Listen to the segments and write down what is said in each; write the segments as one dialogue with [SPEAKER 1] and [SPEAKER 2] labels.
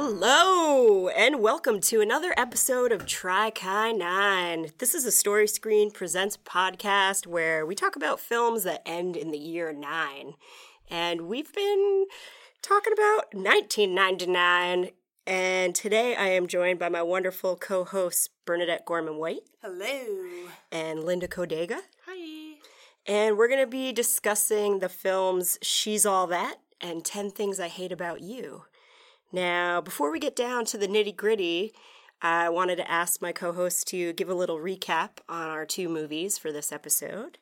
[SPEAKER 1] Hello, and welcome to another episode of Tri Chi 9. This is a Story Screen Presents podcast where we talk about films that end in the year 9. And we've been talking about 1999, and today I am joined by my wonderful co hosts Bernadette Gorman White
[SPEAKER 2] Hello.
[SPEAKER 1] and Linda Codega.
[SPEAKER 2] Hi.
[SPEAKER 1] And we're going to be discussing the films She's All That and 10 Things I Hate About You. Now, before we get down to the nitty gritty, I wanted to ask my co host to give a little recap on our two movies for this episode.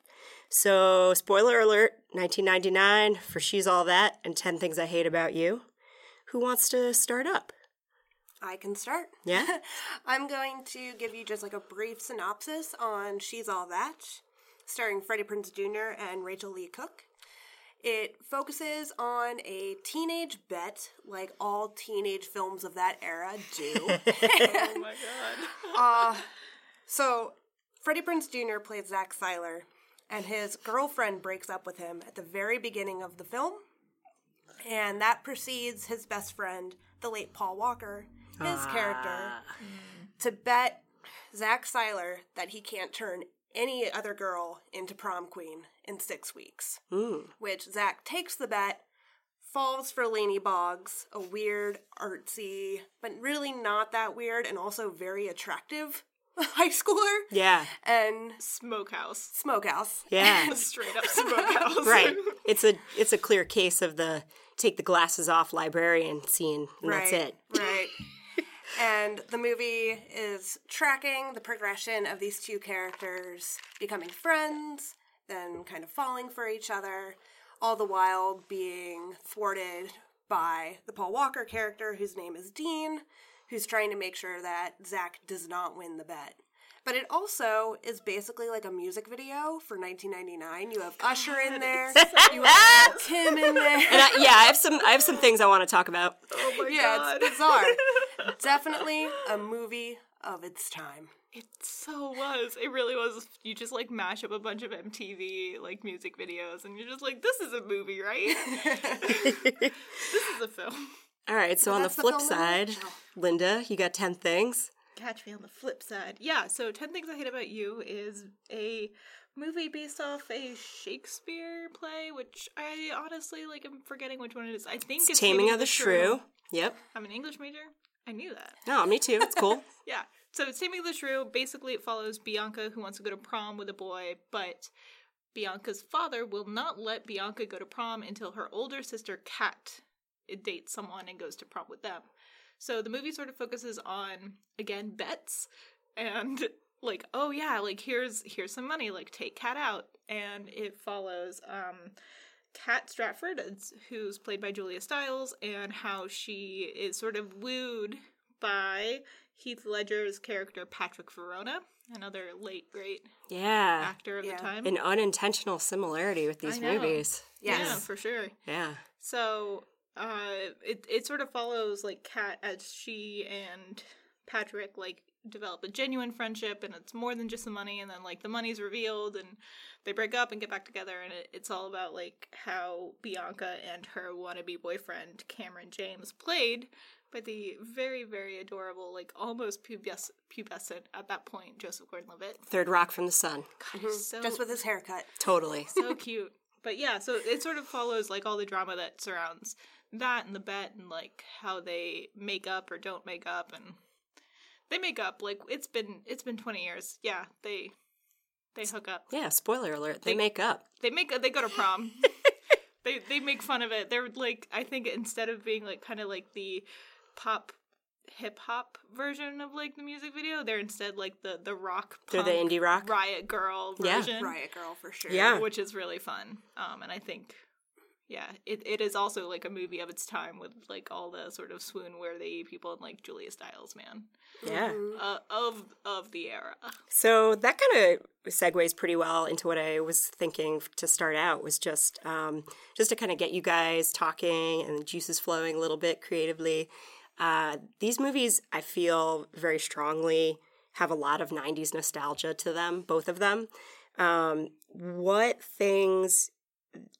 [SPEAKER 1] So, spoiler alert 1999 for She's All That and 10 Things I Hate About You. Who wants to start up?
[SPEAKER 2] I can start.
[SPEAKER 1] Yeah?
[SPEAKER 2] I'm going to give you just like a brief synopsis on She's All That, starring Freddie Prinze Jr. and Rachel Lee Cook. It focuses on a teenage bet, like all teenage films of that era do. uh, So, Freddie Prinze Jr. plays Zach Seiler, and his girlfriend breaks up with him at the very beginning of the film, and that precedes his best friend, the late Paul Walker, his character, to bet Zach Seiler that he can't turn any other girl into prom queen in six weeks. Which Zach takes the bet, falls for Lainey Boggs, a weird, artsy, but really not that weird and also very attractive high schooler.
[SPEAKER 1] Yeah.
[SPEAKER 2] And
[SPEAKER 3] smokehouse.
[SPEAKER 2] Smokehouse.
[SPEAKER 1] Yeah.
[SPEAKER 3] Straight up smokehouse.
[SPEAKER 1] right. It's a it's a clear case of the take the glasses off librarian scene, and that's it.
[SPEAKER 2] Right. and the movie is tracking the progression of these two characters becoming friends, then kind of falling for each other, all the while being thwarted by the Paul Walker character, whose name is Dean, who's trying to make sure that Zach does not win the bet. But it also is basically like a music video for 1999. You have Usher in there, you have Tim in there.
[SPEAKER 1] And I, yeah, I have some I have some things I want to talk about.
[SPEAKER 3] Oh my
[SPEAKER 2] Yeah,
[SPEAKER 3] god.
[SPEAKER 2] it's bizarre. Definitely a movie of its time.
[SPEAKER 3] It so was. It really was. You just like mash up a bunch of MTV like music videos and you're just like, this is a movie, right? this is a film.
[SPEAKER 1] All right, so on the
[SPEAKER 2] that's the
[SPEAKER 1] flip
[SPEAKER 2] film
[SPEAKER 1] side,
[SPEAKER 2] in a
[SPEAKER 1] Linda, you got 10 things.
[SPEAKER 3] Catch me on the flip side. Yeah, so 10 Things I Hate About You is a movie based off a Shakespeare play, which I honestly like I'm forgetting which one it is. I think it's,
[SPEAKER 1] Taming of the Shrew. Yep.
[SPEAKER 3] I'm an English major. I knew that.
[SPEAKER 1] No, me too. It's cool.
[SPEAKER 3] Yeah. So it's Taming of the Shrew. Basically, it follows Bianca who wants to go to prom with a boy, but Bianca's father will not let Bianca go to prom until her older sister, Kat, dates someone and goes to prom with them. So the movie sort of focuses on, again, bets and like oh yeah like here's here's some money like take cat out and it follows um Kat Stratford, it's- who's played by Julia Stiles, and how she is sort of wooed by Heath Ledger's character Patrick Verona, another late great
[SPEAKER 1] Yeah.
[SPEAKER 3] actor of
[SPEAKER 2] Yeah.
[SPEAKER 3] the time.
[SPEAKER 1] An unintentional similarity with these
[SPEAKER 3] I know.
[SPEAKER 1] movies.
[SPEAKER 3] Yeah,
[SPEAKER 2] Yes.
[SPEAKER 3] for sure.
[SPEAKER 1] Yeah.
[SPEAKER 3] So uh, it it sort of follows like Kat as she and Patrick like develop a genuine friendship, and it's more than just the money. And then like the money's revealed, and they break up and get back together, and it, it's all about like how Bianca and her wannabe boyfriend Cameron James played by the very very adorable like almost pubes- pubescent at that point Joseph Gordon-Levitt.
[SPEAKER 1] Third Rock from the Sun.
[SPEAKER 3] God, he's so
[SPEAKER 2] Just with his haircut.
[SPEAKER 1] Totally.
[SPEAKER 3] so cute. But yeah, so it sort of follows like all the drama that surrounds that and the bet and like how they make up or don't make up and they make up like it's been it's been 20 years. Yeah, they they hook up.
[SPEAKER 1] Yeah, spoiler alert. They make up.
[SPEAKER 3] They make they go to prom. they they make fun of it. They're like I think instead of being like kind of like the pop hip hop version of like the music video, they're instead like the the rock
[SPEAKER 1] They're the
[SPEAKER 3] punk,
[SPEAKER 1] indie rock.
[SPEAKER 3] riot girl
[SPEAKER 1] Yeah.
[SPEAKER 3] version
[SPEAKER 2] Riot Girl for sure.
[SPEAKER 1] Yeah.
[SPEAKER 3] which is really fun. Um, and I think, yeah, it, it is also like a movie of its time with like all the sort of swoon worthy people and like Julia Stiles, man,
[SPEAKER 1] Yeah.
[SPEAKER 3] uh, of of the era.
[SPEAKER 1] So that kind of segues pretty well into what I was thinking f- to start out was just um, just to kind of get you guys talking and the juices flowing a little bit creatively. Uh, these movies, I feel very strongly, have a lot of '90s nostalgia to them. Both of them. Um, what things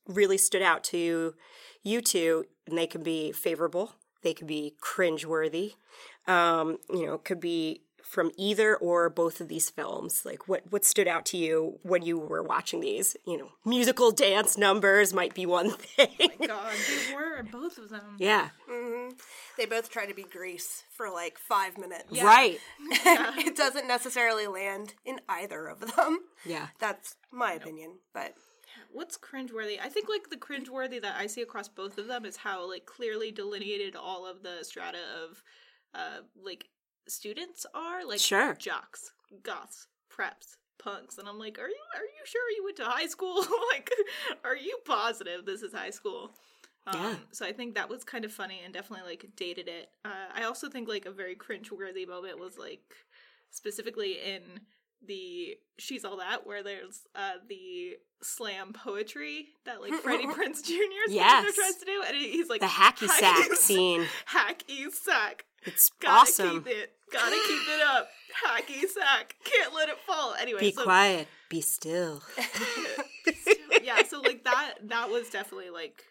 [SPEAKER 1] really stood out to you two, and they can be favorable They could be cringeworthy. Um, you know, could be from either or both of these films. Like what what stood out to you when you were watching these? You know, musical dance numbers might be one thing.
[SPEAKER 3] God, they were both of them.
[SPEAKER 1] yeah.
[SPEAKER 2] They both try to be Grease for like five minutes.
[SPEAKER 1] Right.
[SPEAKER 2] it doesn't necessarily land in either of them.
[SPEAKER 1] Yeah.
[SPEAKER 2] That's my opinion, but
[SPEAKER 3] What's cringeworthy? I think like the cringeworthy that I see across both of them is how like clearly delineated all of the strata of uh like students are like
[SPEAKER 1] Sure.
[SPEAKER 3] jocks, goths, preps, punks, and I'm like, are you are you sure you went to high school? like, are you positive this is high school? Um,
[SPEAKER 1] Yeah.
[SPEAKER 3] So I think that was kind of funny and definitely like dated it. Uh, I also think like a very cringeworthy moment was like specifically in the she's all that where there's uh the slam poetry that like Freddie Prince Jr. 's
[SPEAKER 1] Yes.
[SPEAKER 3] character tries to do, and he- he's like
[SPEAKER 1] The hacky sack
[SPEAKER 3] hacky-
[SPEAKER 1] scene.
[SPEAKER 3] hacky sack.
[SPEAKER 1] It's
[SPEAKER 3] Gotta
[SPEAKER 1] awesome.
[SPEAKER 3] keep it. Gotta keep it up. Hacky sack. Can't let it fall. Anyway,
[SPEAKER 1] Be
[SPEAKER 3] so
[SPEAKER 1] quiet. Be still.
[SPEAKER 3] yeah, so like that that was definitely like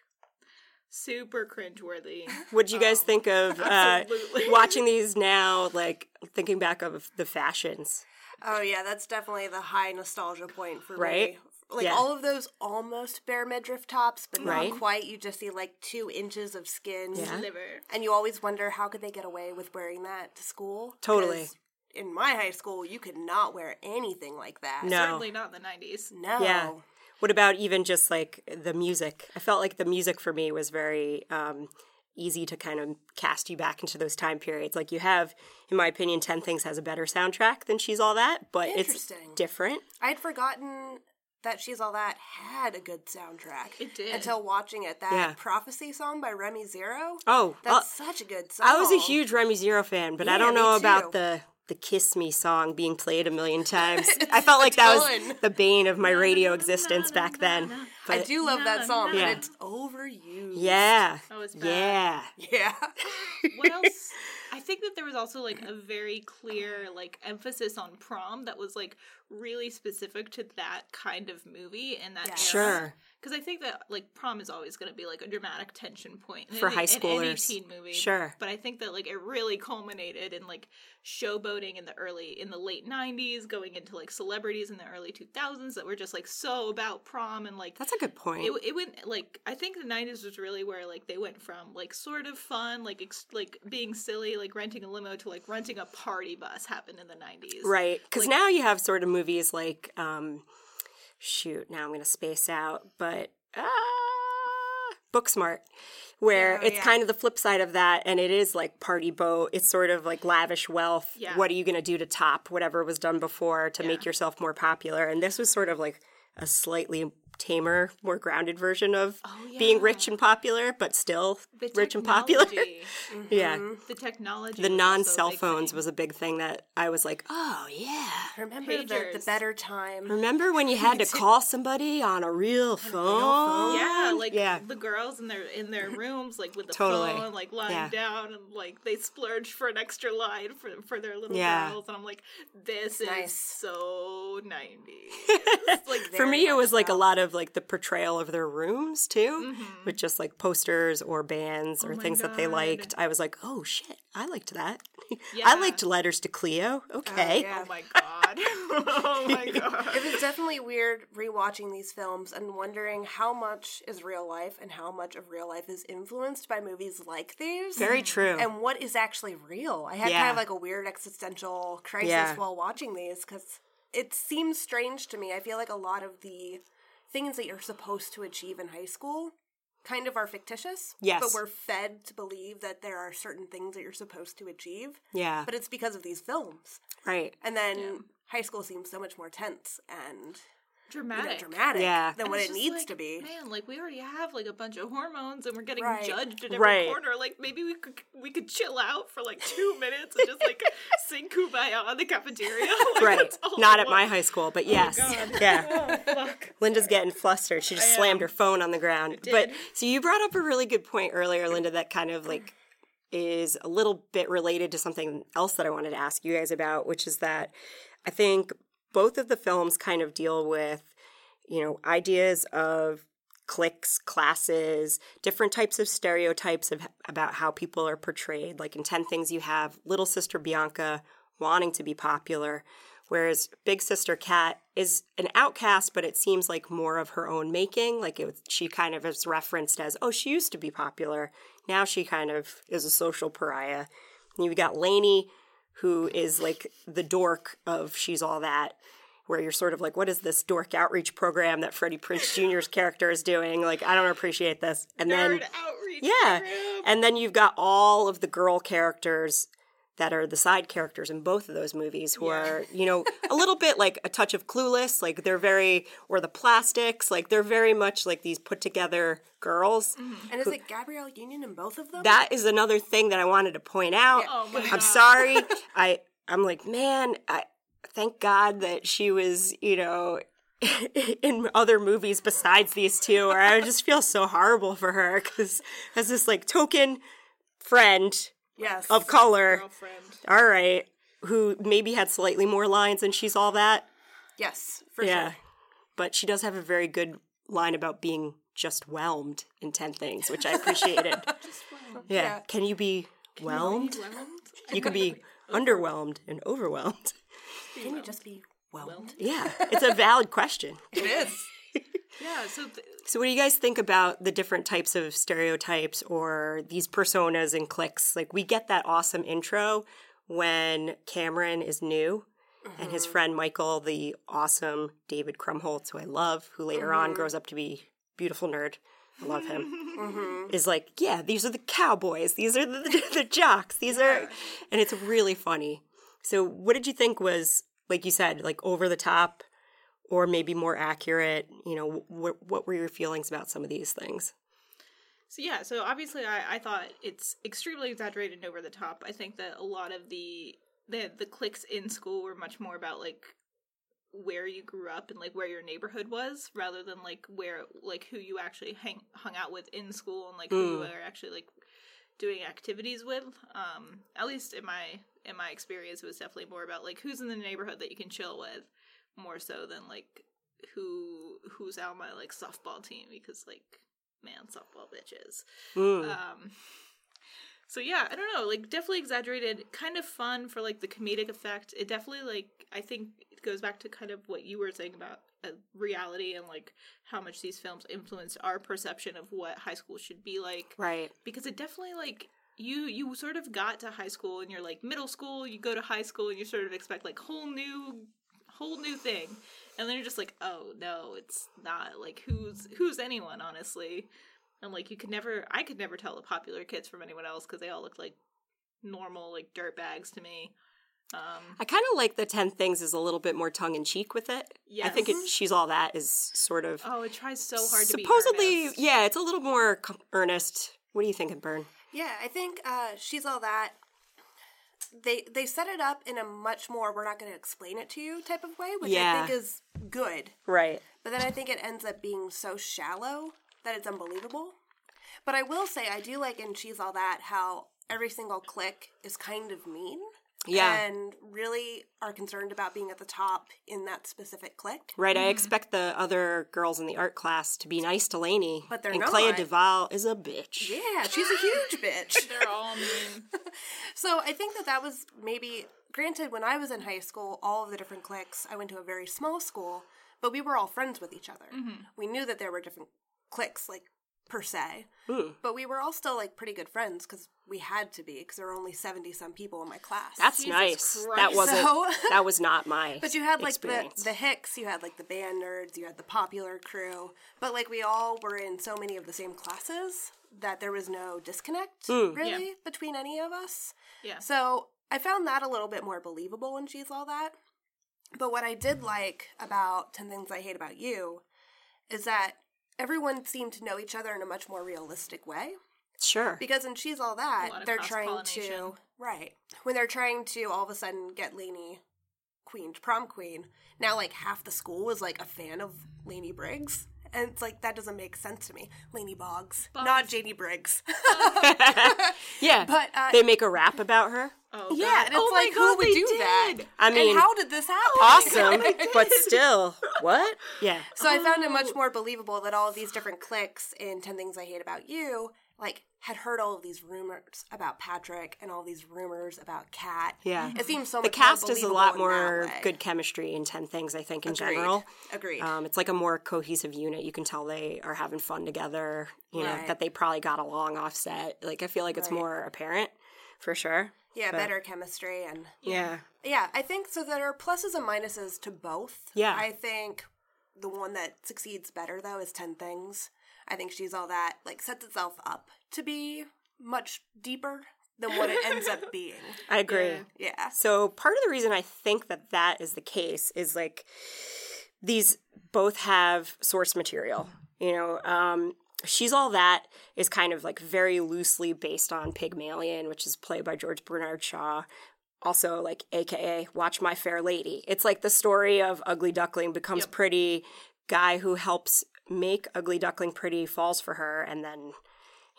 [SPEAKER 3] super cringeworthy.
[SPEAKER 1] What do you guys think of uh,
[SPEAKER 3] Oh, absolutely.
[SPEAKER 1] watching these now? Like thinking back of the fashions.
[SPEAKER 2] oh yeah, that's definitely the high nostalgia point for
[SPEAKER 1] Right?
[SPEAKER 2] me. Like
[SPEAKER 1] Yeah.
[SPEAKER 2] all of those almost bare midriff tops, but not
[SPEAKER 1] Right.
[SPEAKER 2] quite. You just see like two inches of skin.
[SPEAKER 1] Yeah.
[SPEAKER 3] Liver.
[SPEAKER 2] And you always wonder how could they get away with wearing that to school?
[SPEAKER 1] Totally.
[SPEAKER 2] Because In my high school, you could not wear anything like that.
[SPEAKER 1] No.
[SPEAKER 3] Certainly not in the nineties.
[SPEAKER 2] No.
[SPEAKER 1] Yeah. Oh. What about even just like the music? I felt like the music for me was very um, easy to kind of cast you back into those time periods. Like you have, in my opinion, Ten Things has a better soundtrack than She's All That, but it's
[SPEAKER 2] Interesting.
[SPEAKER 1] different.
[SPEAKER 2] I'd forgotten that She's All That had a good soundtrack.
[SPEAKER 3] It did.
[SPEAKER 2] Until watching it. That
[SPEAKER 1] Yeah.
[SPEAKER 2] Prophecy song by Remy Zero.
[SPEAKER 1] Oh, uh,
[SPEAKER 2] That's such a good song.
[SPEAKER 1] I was a huge Remy Zero fan, but I
[SPEAKER 2] Oh. Yeah,
[SPEAKER 1] don't
[SPEAKER 2] me
[SPEAKER 1] know
[SPEAKER 2] too.
[SPEAKER 1] about the the "Kiss Me" song being played a million times. I felt like that was
[SPEAKER 2] ton.
[SPEAKER 1] the bane of my radio existence back then.
[SPEAKER 2] I
[SPEAKER 1] But
[SPEAKER 2] do love that song,
[SPEAKER 1] Yeah.
[SPEAKER 2] but it's overused.
[SPEAKER 1] yeah,
[SPEAKER 3] Oh, it's bad.
[SPEAKER 1] yeah,
[SPEAKER 2] Yeah.
[SPEAKER 3] what else? I think that there was also like a very clear like emphasis on prom that was like really specific to that kind of movie and that
[SPEAKER 2] Yes.
[SPEAKER 1] sure,
[SPEAKER 3] Because I think that like prom is always going to be like a dramatic tension point in
[SPEAKER 1] For
[SPEAKER 3] any-
[SPEAKER 1] high
[SPEAKER 3] in any
[SPEAKER 1] schoolers.
[SPEAKER 3] teen movie.
[SPEAKER 1] Sure.
[SPEAKER 3] but I think that like it really culminated in like showboating in the early in the late '90s, going into like celebrities in the early 2000s that were just like so about prom and like
[SPEAKER 1] that's a good point.
[SPEAKER 3] it, it went like I think the '90s was really where like they went from like sort of fun, like ex- like being silly, like renting a limo, to like renting a party bus. Happened in the '90s,
[SPEAKER 1] Right. Because now you have sort of movies like, um, shoot, now I'm going to space out, but ah, Booksmart, where
[SPEAKER 2] Oh,
[SPEAKER 1] it's
[SPEAKER 2] yeah.
[SPEAKER 1] kind of the flip side of that. And it is like party boat. It's sort of like lavish wealth.
[SPEAKER 3] Yeah.
[SPEAKER 1] What are you going to do to top whatever was done before to make yourself more popular? And this was sort of like a slightly tamer, more grounded version of being rich and popular, but still
[SPEAKER 3] The
[SPEAKER 1] rich and popular.
[SPEAKER 3] technology-
[SPEAKER 1] Yeah.
[SPEAKER 3] The technology,
[SPEAKER 1] The
[SPEAKER 3] was also a
[SPEAKER 1] non cell
[SPEAKER 3] big
[SPEAKER 1] phones
[SPEAKER 3] thing.
[SPEAKER 1] was a big thing that I was like, oh, yeah.
[SPEAKER 2] Remember the, the
[SPEAKER 3] Pagers.
[SPEAKER 2] better time.
[SPEAKER 1] Remember when you had to call somebody on a real phone?
[SPEAKER 3] Yeah, like
[SPEAKER 1] Yeah.
[SPEAKER 3] the girls in their in their rooms, like with the
[SPEAKER 1] Totally.
[SPEAKER 3] phone, like lying
[SPEAKER 1] Yeah.
[SPEAKER 3] down, and like they splurge for an extra line for for their little
[SPEAKER 1] Yeah.
[SPEAKER 3] girls, and I'm like, this is
[SPEAKER 2] nice.
[SPEAKER 3] so '90s. like
[SPEAKER 1] For me, it was like a lot of like the portrayal of their rooms too, with just like posters or bands or things that they
[SPEAKER 3] God.
[SPEAKER 1] liked. I was like, oh shit, I liked that.
[SPEAKER 3] Yeah.
[SPEAKER 1] I liked letters to Cleo. Okay.
[SPEAKER 2] yeah.
[SPEAKER 3] oh my god, oh my god.
[SPEAKER 2] It was definitely weird rewatching these films and wondering how much is real life and how much of real life is influenced by movies like these.
[SPEAKER 1] Very true.
[SPEAKER 2] And what is actually real? I had kind
[SPEAKER 1] Yeah.
[SPEAKER 2] of like a weird existential crisis
[SPEAKER 1] Yeah.
[SPEAKER 2] while watching these because it seems strange to me. I feel like a lot of the things that you're supposed to achieve in high school kind of are fictitious.
[SPEAKER 1] Yes.
[SPEAKER 2] But we're fed to believe that there are certain things that you're supposed to achieve.
[SPEAKER 1] yeah.
[SPEAKER 2] But it's because of these films.
[SPEAKER 1] right.
[SPEAKER 2] And then high school seems so much more tense and you know,
[SPEAKER 3] Dramatic.
[SPEAKER 2] dramatic
[SPEAKER 1] Yeah.
[SPEAKER 2] than what
[SPEAKER 3] It's
[SPEAKER 2] it
[SPEAKER 3] just
[SPEAKER 2] needs
[SPEAKER 3] like,
[SPEAKER 2] to be.
[SPEAKER 3] Man, like we already have like a bunch of hormones, and we're getting
[SPEAKER 2] Right.
[SPEAKER 3] judged in every
[SPEAKER 1] Right.
[SPEAKER 3] corner. Like maybe we could we could chill out for like two minutes and just like sing "Kumbaya" in the cafeteria. Like,
[SPEAKER 1] Right.
[SPEAKER 3] that's all
[SPEAKER 1] Not
[SPEAKER 3] I
[SPEAKER 1] at my
[SPEAKER 3] want.
[SPEAKER 1] high school, but yes. yeah. Linda's getting flustered. She just slammed her phone on the ground. But so you brought up a really good point earlier, Linda, that kind of like is a little bit related to something else that I wanted to ask you guys about, which is that I think both of the films kind of deal with, you know, ideas of cliques, classes, different types of stereotypes of, about how people are portrayed. Like in 10 Things, you have little sister Bianca wanting to be popular, whereas big sister Kat is an outcast, but it seems like more of her own making. Like it, was- she kind of is referenced as, oh, she used to be popular. Now she kind of is a social pariah. And you've got Lainey, who is like the dork of She's All That, where you're sort of like, what is this dork outreach program that Freddie Prince Jr.'s character is doing? Like, I don't appreciate this. And then,
[SPEAKER 3] Nerd outreach.
[SPEAKER 1] yeah.
[SPEAKER 3] program.
[SPEAKER 1] And then you've got all of the girl characters that are the side characters in both of those movies who are, you know, a little bit like a touch of clueless, like they're very, or the plastics, like they're very much like these put together girls.
[SPEAKER 2] And is it Gabrielle Union in both of them?
[SPEAKER 1] That is another thing that I wanted to point out.
[SPEAKER 3] Oh my
[SPEAKER 1] I'm
[SPEAKER 3] God.
[SPEAKER 1] sorry. I I'm like, man, I thank God that she was, you know, in other movies besides these two, or I would just feel so horrible for her because as this like token friend
[SPEAKER 2] yes.
[SPEAKER 1] of color,
[SPEAKER 3] Girlfriend.
[SPEAKER 1] all right, who maybe had slightly more lines and she's all that.
[SPEAKER 2] Yes, for
[SPEAKER 1] Yeah.
[SPEAKER 2] sure.
[SPEAKER 1] But she does have a very good line about being just whelmed in 10 things, which I appreciated. yeah.
[SPEAKER 2] Yeah.
[SPEAKER 1] Can you be whelmed?
[SPEAKER 3] Overwhelmed?
[SPEAKER 1] You could be underwhelmed and overwhelmed.
[SPEAKER 2] Can you just be whelmed?
[SPEAKER 1] Yeah, it's a valid question.
[SPEAKER 2] It is.
[SPEAKER 3] Yeah, so th-
[SPEAKER 1] So, what do you guys think about the different types of stereotypes or these personas and cliques? Like, we get that awesome intro when Cameron is new and his friend Michael, the awesome David Krumholtz, who I love, who later on grows up to be beautiful nerd. I love him. Is like, yeah, these are the cowboys. These are the, the jocks. These are, and it's really funny. So, what did you think was, like you said, like over the top? or maybe more accurate you know what what were your feelings about some of these things
[SPEAKER 3] So yeah, so obviously I, I thought it's extremely exaggerated and over the top. I think that a lot of the the the cliques in school were much more about like where you grew up and like where your neighborhood was rather than like where like who you actually hang hung out with in school and like who you were actually like doing activities with. Um at least in my in my experience it was definitely more about like who's in the neighborhood that you can chill with more so than like who who's on my like softball team because like man softball bitches.
[SPEAKER 1] Mm.
[SPEAKER 2] Uh,
[SPEAKER 3] Um, so yeah, I don't know. Like definitely exaggerated, kind of fun for like the comedic effect. It definitely like I think it goes back to kind of what you were saying about uh, reality and like how much these films influenced our perception of what high school should be like
[SPEAKER 1] right
[SPEAKER 3] because it definitely like you you sort of got to high school and you're like middle school you go to high school and you sort of expect like whole new whole new thing and then you're just like oh no it's not like who's who's anyone honestly and like you could never i could never tell the popular kids from anyone else because they all looked like normal like dirt bags to me um
[SPEAKER 1] i kind of like the 10 things is a little bit more tongue-in-cheek with it i think it,
[SPEAKER 3] Yes.
[SPEAKER 1] she's all that is sort of
[SPEAKER 3] oh it tries so hard to be
[SPEAKER 1] supposedly
[SPEAKER 3] earnest.
[SPEAKER 1] yeah it's a little more com- earnest what do you think burn
[SPEAKER 2] Yeah, I think uh, she's all that. They they set it up in a much more we're not going to explain it to you type of way, which
[SPEAKER 1] Yeah.
[SPEAKER 2] I think is good.
[SPEAKER 1] right
[SPEAKER 2] But then I think it ends up being so shallow that it's unbelievable. But I will say I do like in She's All That how every single click is kind of mean.
[SPEAKER 1] Yeah.
[SPEAKER 2] And really are concerned about being at the top in that specific click.
[SPEAKER 1] right i expect the other girls in the art class to be nice to laney
[SPEAKER 2] But they're
[SPEAKER 1] and clea
[SPEAKER 2] not.
[SPEAKER 1] duval is a bitch
[SPEAKER 2] Yeah, she's a huge bitch.
[SPEAKER 3] they're all mean
[SPEAKER 2] So I think that that was maybe granted when I was in high school, all of the different cliques. I went to a very small school, but we were all friends with each other.
[SPEAKER 3] Mm-hmm.
[SPEAKER 2] We knew that there were different cliques, like per se, but we were all still like pretty good friends because we had to be because there were only seventy some people in my class.
[SPEAKER 1] that's
[SPEAKER 3] Jesus
[SPEAKER 1] nice that
[SPEAKER 3] Christ.
[SPEAKER 1] wasn't
[SPEAKER 2] So-
[SPEAKER 1] that was not my
[SPEAKER 2] but you had like the,
[SPEAKER 1] experience.
[SPEAKER 2] the hicks, you had like the band nerds, you had the popular crew, but like we all were in so many of the same classes that there was no disconnect really between any of us.
[SPEAKER 3] yeah
[SPEAKER 2] So I found that a little bit more believable when she's all that. But what I did like about 10 Things I Hate About You is that everyone seemed to know each other in a much more realistic way.
[SPEAKER 1] sure
[SPEAKER 2] Because in She's All
[SPEAKER 3] lot
[SPEAKER 2] That,
[SPEAKER 3] of
[SPEAKER 2] they're trying to.
[SPEAKER 3] cross-pollination.
[SPEAKER 2] Right. When they're trying to all of a sudden get Lainey queen, prom queen, now like half the school was like a fan of Lainey Briggs. And it's like, that doesn't make sense to me. Lainey Boggs, not Janie Briggs.
[SPEAKER 1] yeah
[SPEAKER 2] But, uh,
[SPEAKER 1] they make a rap about her
[SPEAKER 3] Oh,
[SPEAKER 2] Yeah,
[SPEAKER 3] God.
[SPEAKER 2] and it's
[SPEAKER 3] Oh my
[SPEAKER 2] like who
[SPEAKER 3] God,
[SPEAKER 2] would
[SPEAKER 3] they
[SPEAKER 2] do that?
[SPEAKER 3] did!
[SPEAKER 1] I mean,
[SPEAKER 2] and how did this happen? Oh
[SPEAKER 1] awesome, but still, what? Yeah.
[SPEAKER 2] So I found it
[SPEAKER 1] Oh.
[SPEAKER 2] much more believable that all of these different cliques in 10 Things I Hate About You, like, had heard all of these rumors about Patrick and all these rumors about Kat.
[SPEAKER 1] Yeah.
[SPEAKER 2] It seems so
[SPEAKER 1] The
[SPEAKER 2] much more
[SPEAKER 1] cast is a
[SPEAKER 2] believable
[SPEAKER 1] lot
[SPEAKER 2] in
[SPEAKER 1] more
[SPEAKER 2] that way.
[SPEAKER 1] good chemistry in 10 Things, I think, in
[SPEAKER 2] Agreed.
[SPEAKER 1] general.
[SPEAKER 2] Agreed.
[SPEAKER 1] Um, it's like a more cohesive unit. You can tell they are having fun together, you know,
[SPEAKER 2] Right.
[SPEAKER 1] that they probably got along offset. Like, I feel like it's more apparent for sure.
[SPEAKER 2] yeah, better chemistry and
[SPEAKER 1] Yeah.
[SPEAKER 2] Yeah, I think so. There are pluses and minuses to both.
[SPEAKER 1] Yeah.
[SPEAKER 2] I think the one that succeeds better, though, is 10 Things. I think She's All That, like, sets itself up to be much deeper than what it ends up being.
[SPEAKER 1] I agree.
[SPEAKER 2] Yeah.
[SPEAKER 1] So part of the reason I think that that is the case is like these both have source material. You know, um, she's all that is kind of like very loosely based on Pygmalion, which is played by George Bernard Shaw. Also, like AKA Watch My Fair Lady. It's like the story of Ugly Duckling becomes pretty. Guy who helps make Ugly Duckling pretty falls for her, and then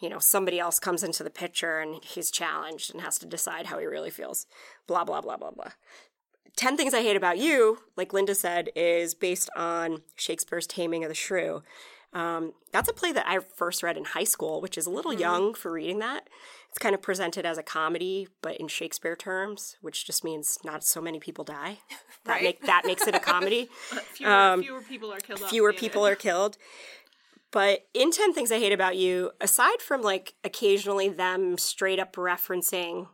[SPEAKER 1] you know, somebody else comes into the picture and he's challenged and has to decide how he really feels. Blah, blah, blah, blah, blah. 10 Things I Hate About You, like Linda said, is based on Shakespeare's Taming of the Shrew. Um, that's a play that I first read in high school, which is a little young for reading that. It's kind of presented as a comedy, but in Shakespeare terms, which just means not so many people die. That,
[SPEAKER 2] Right.
[SPEAKER 1] make, that makes it a comedy.
[SPEAKER 3] Fewer, fewer people are killed. off
[SPEAKER 1] um, fewer
[SPEAKER 3] the
[SPEAKER 1] people
[SPEAKER 3] other.
[SPEAKER 1] are killed. But in 10 Things I Hate About You, aside from like occasionally them straight up referencing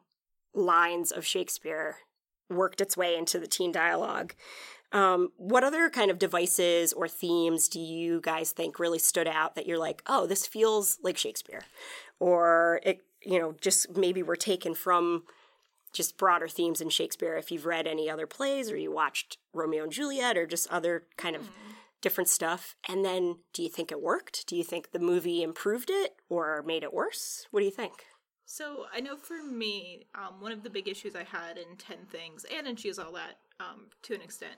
[SPEAKER 1] lines of Shakespeare worked its way into the teen dialogue, um, what other kind of devices or themes do you guys think really stood out that you're like, oh, this feels like Shakespeare? Or it, you know, just maybe were taken from just broader themes in Shakespeare if you've read any other plays or you watched Romeo and Juliet or just other kind of different stuff. And then do you think it worked? Do you think the movie improved it or made it worse? What do you think?
[SPEAKER 3] So I know for me, um, one of the big issues I had in Ten Things and in She's All That, um, to an extent,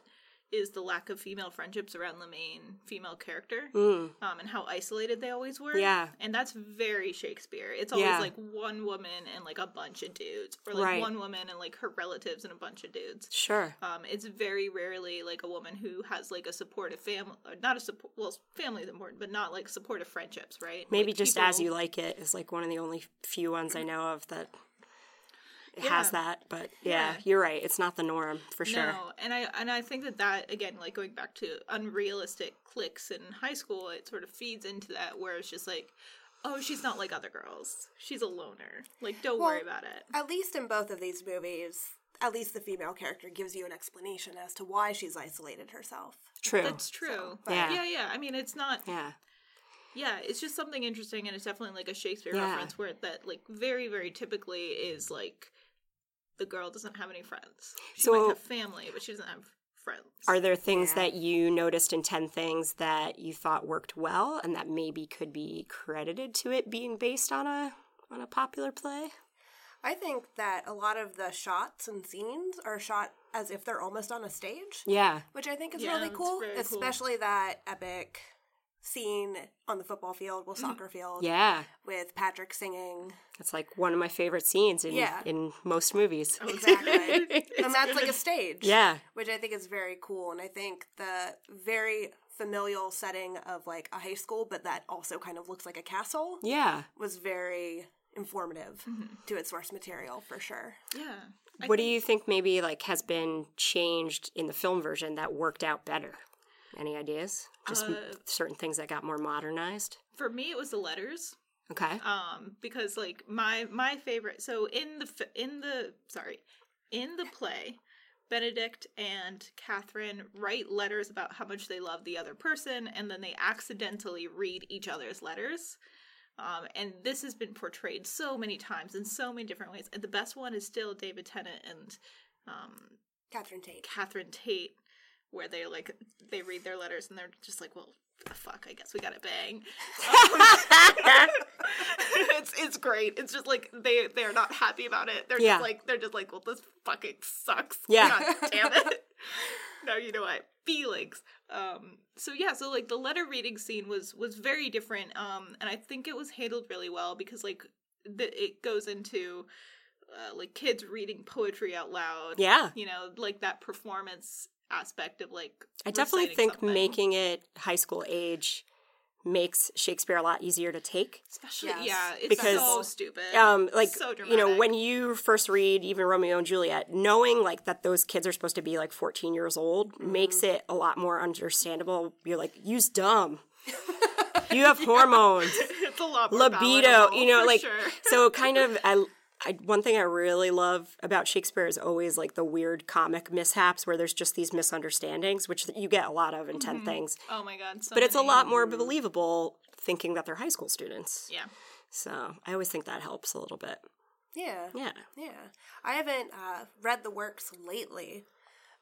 [SPEAKER 3] is the lack of female friendships around the main female character, um, and how isolated they always were.
[SPEAKER 1] Mm. Yeah.
[SPEAKER 3] and that's very Shakespeare. It's always
[SPEAKER 1] Yeah.
[SPEAKER 3] like one woman and like a bunch of dudes, or like
[SPEAKER 1] Right.
[SPEAKER 3] one woman and like her relatives and a bunch of dudes.
[SPEAKER 1] Sure.
[SPEAKER 3] Um, it's very rarely like a woman who has like a supportive family, not a support. Well, family is important, but not like supportive friendships, right?
[SPEAKER 1] Maybe
[SPEAKER 3] Like,
[SPEAKER 1] just
[SPEAKER 3] people-
[SPEAKER 1] As You Like It is like one of the only few ones I know of that
[SPEAKER 3] Yeah.
[SPEAKER 1] has that. But yeah,
[SPEAKER 3] Yeah.
[SPEAKER 1] you're right. It's not the norm for sure.
[SPEAKER 3] No, and I and I think that that again, like going back to unrealistic clicks in high school, it sort of feeds into that where it's just like, oh, she's not like other girls. She's a loner. Like, don't worry
[SPEAKER 2] Well,
[SPEAKER 3] about it.
[SPEAKER 2] At least in both of these movies, at least the female character gives you an explanation as to why she's isolated herself.
[SPEAKER 1] True.
[SPEAKER 3] That's true.
[SPEAKER 1] Yeah.
[SPEAKER 3] yeah, yeah. I mean, it's not.
[SPEAKER 1] yeah.
[SPEAKER 3] Yeah, it's just something interesting, and it's definitely like a Shakespeare
[SPEAKER 1] Yeah.
[SPEAKER 3] reference where that like very, very typically is like the girl doesn't have any friends. She
[SPEAKER 1] So-
[SPEAKER 3] might have family, but she doesn't have friends.
[SPEAKER 1] Are there things that you noticed in 10 Things that you thought worked well and that maybe could be credited to it being based on a on a popular play?
[SPEAKER 2] I think that a lot of the shots and scenes are shot as if they're almost on a stage.
[SPEAKER 1] Yeah.
[SPEAKER 2] which I think is
[SPEAKER 3] Yeah,
[SPEAKER 2] really
[SPEAKER 3] that's
[SPEAKER 2] cool,
[SPEAKER 3] very cool.
[SPEAKER 2] especially that epic scene on the football field,
[SPEAKER 3] Mm-hmm.
[SPEAKER 2] well, soccer field,
[SPEAKER 1] Yeah.
[SPEAKER 2] with Patrick singing.
[SPEAKER 1] It's like one of my favorite scenes in
[SPEAKER 2] Yeah.
[SPEAKER 1] in most movies.
[SPEAKER 3] Oh,
[SPEAKER 2] Exactly. and that's like a stage.
[SPEAKER 1] Yeah.
[SPEAKER 2] Which I think is very cool. And I think the very familial setting of like a high school, but that also kind of looks like a castle,
[SPEAKER 1] Yeah.
[SPEAKER 2] was very informative to its source material for sure.
[SPEAKER 3] yeah. I
[SPEAKER 1] what do you think maybe like has been changed in the film version that worked out better? Any ideas? Just m-
[SPEAKER 3] Uh,
[SPEAKER 1] certain things that got more modernized.
[SPEAKER 3] for me, it was the letters.
[SPEAKER 1] Okay.
[SPEAKER 3] um because like my my favorite so in the fi- in the sorry in the play benedict and catherine write letters about how much they love the other person and then they accidentally read each other's letters um, and this has been portrayed so many times in so many different ways and the best one is still david tennant and um,
[SPEAKER 2] Catherine Tate.
[SPEAKER 3] Catherine Tate, where they like they read their letters and they're just like, well, fuck, I guess we gotta bang. Um, it's it's great. It's just like they they are not happy about it. They're
[SPEAKER 1] Yeah.
[SPEAKER 3] just like they're just like, well, this fucking sucks.
[SPEAKER 1] Yeah.
[SPEAKER 3] God damn it. now you know I have feelings. Um. So yeah. So like the letter reading scene was was very different. Um. And I think it was handled really well because like the, it goes into uh, like kids reading poetry out loud.
[SPEAKER 1] Yeah.
[SPEAKER 3] You know, like that performance aspect of like.
[SPEAKER 1] I definitely
[SPEAKER 3] reciting
[SPEAKER 1] think
[SPEAKER 3] something.
[SPEAKER 1] making it high school age makes Shakespeare a lot easier to take.
[SPEAKER 3] especially
[SPEAKER 2] Yes.
[SPEAKER 3] yeah, it's
[SPEAKER 1] Because,
[SPEAKER 3] so stupid.
[SPEAKER 1] Um, like
[SPEAKER 3] so
[SPEAKER 1] you know,
[SPEAKER 3] dramatic.
[SPEAKER 1] when you first read even Romeo and Juliet, knowing like that those kids are supposed to be like 14 years old
[SPEAKER 3] Mm-hmm.
[SPEAKER 1] makes it a lot more understandable. You're like, use dumb. you have hormones,
[SPEAKER 3] it's a lot more
[SPEAKER 1] libido.
[SPEAKER 3] palatable,
[SPEAKER 1] You know,
[SPEAKER 3] for
[SPEAKER 1] like
[SPEAKER 3] sure.
[SPEAKER 1] so. Kind of. I, I, one thing I really love about Shakespeare is always like the weird comic mishaps where there's just these misunderstandings, which you get a lot of in 10 things.
[SPEAKER 3] Oh my god! So
[SPEAKER 1] But it's a
[SPEAKER 3] many.
[SPEAKER 1] lot more believable thinking that they're high school students.
[SPEAKER 3] Mm-hmm. Yeah.
[SPEAKER 1] So I always think that helps a little bit.
[SPEAKER 2] Yeah.
[SPEAKER 1] Yeah.
[SPEAKER 2] Yeah. I haven't uh, read the works lately,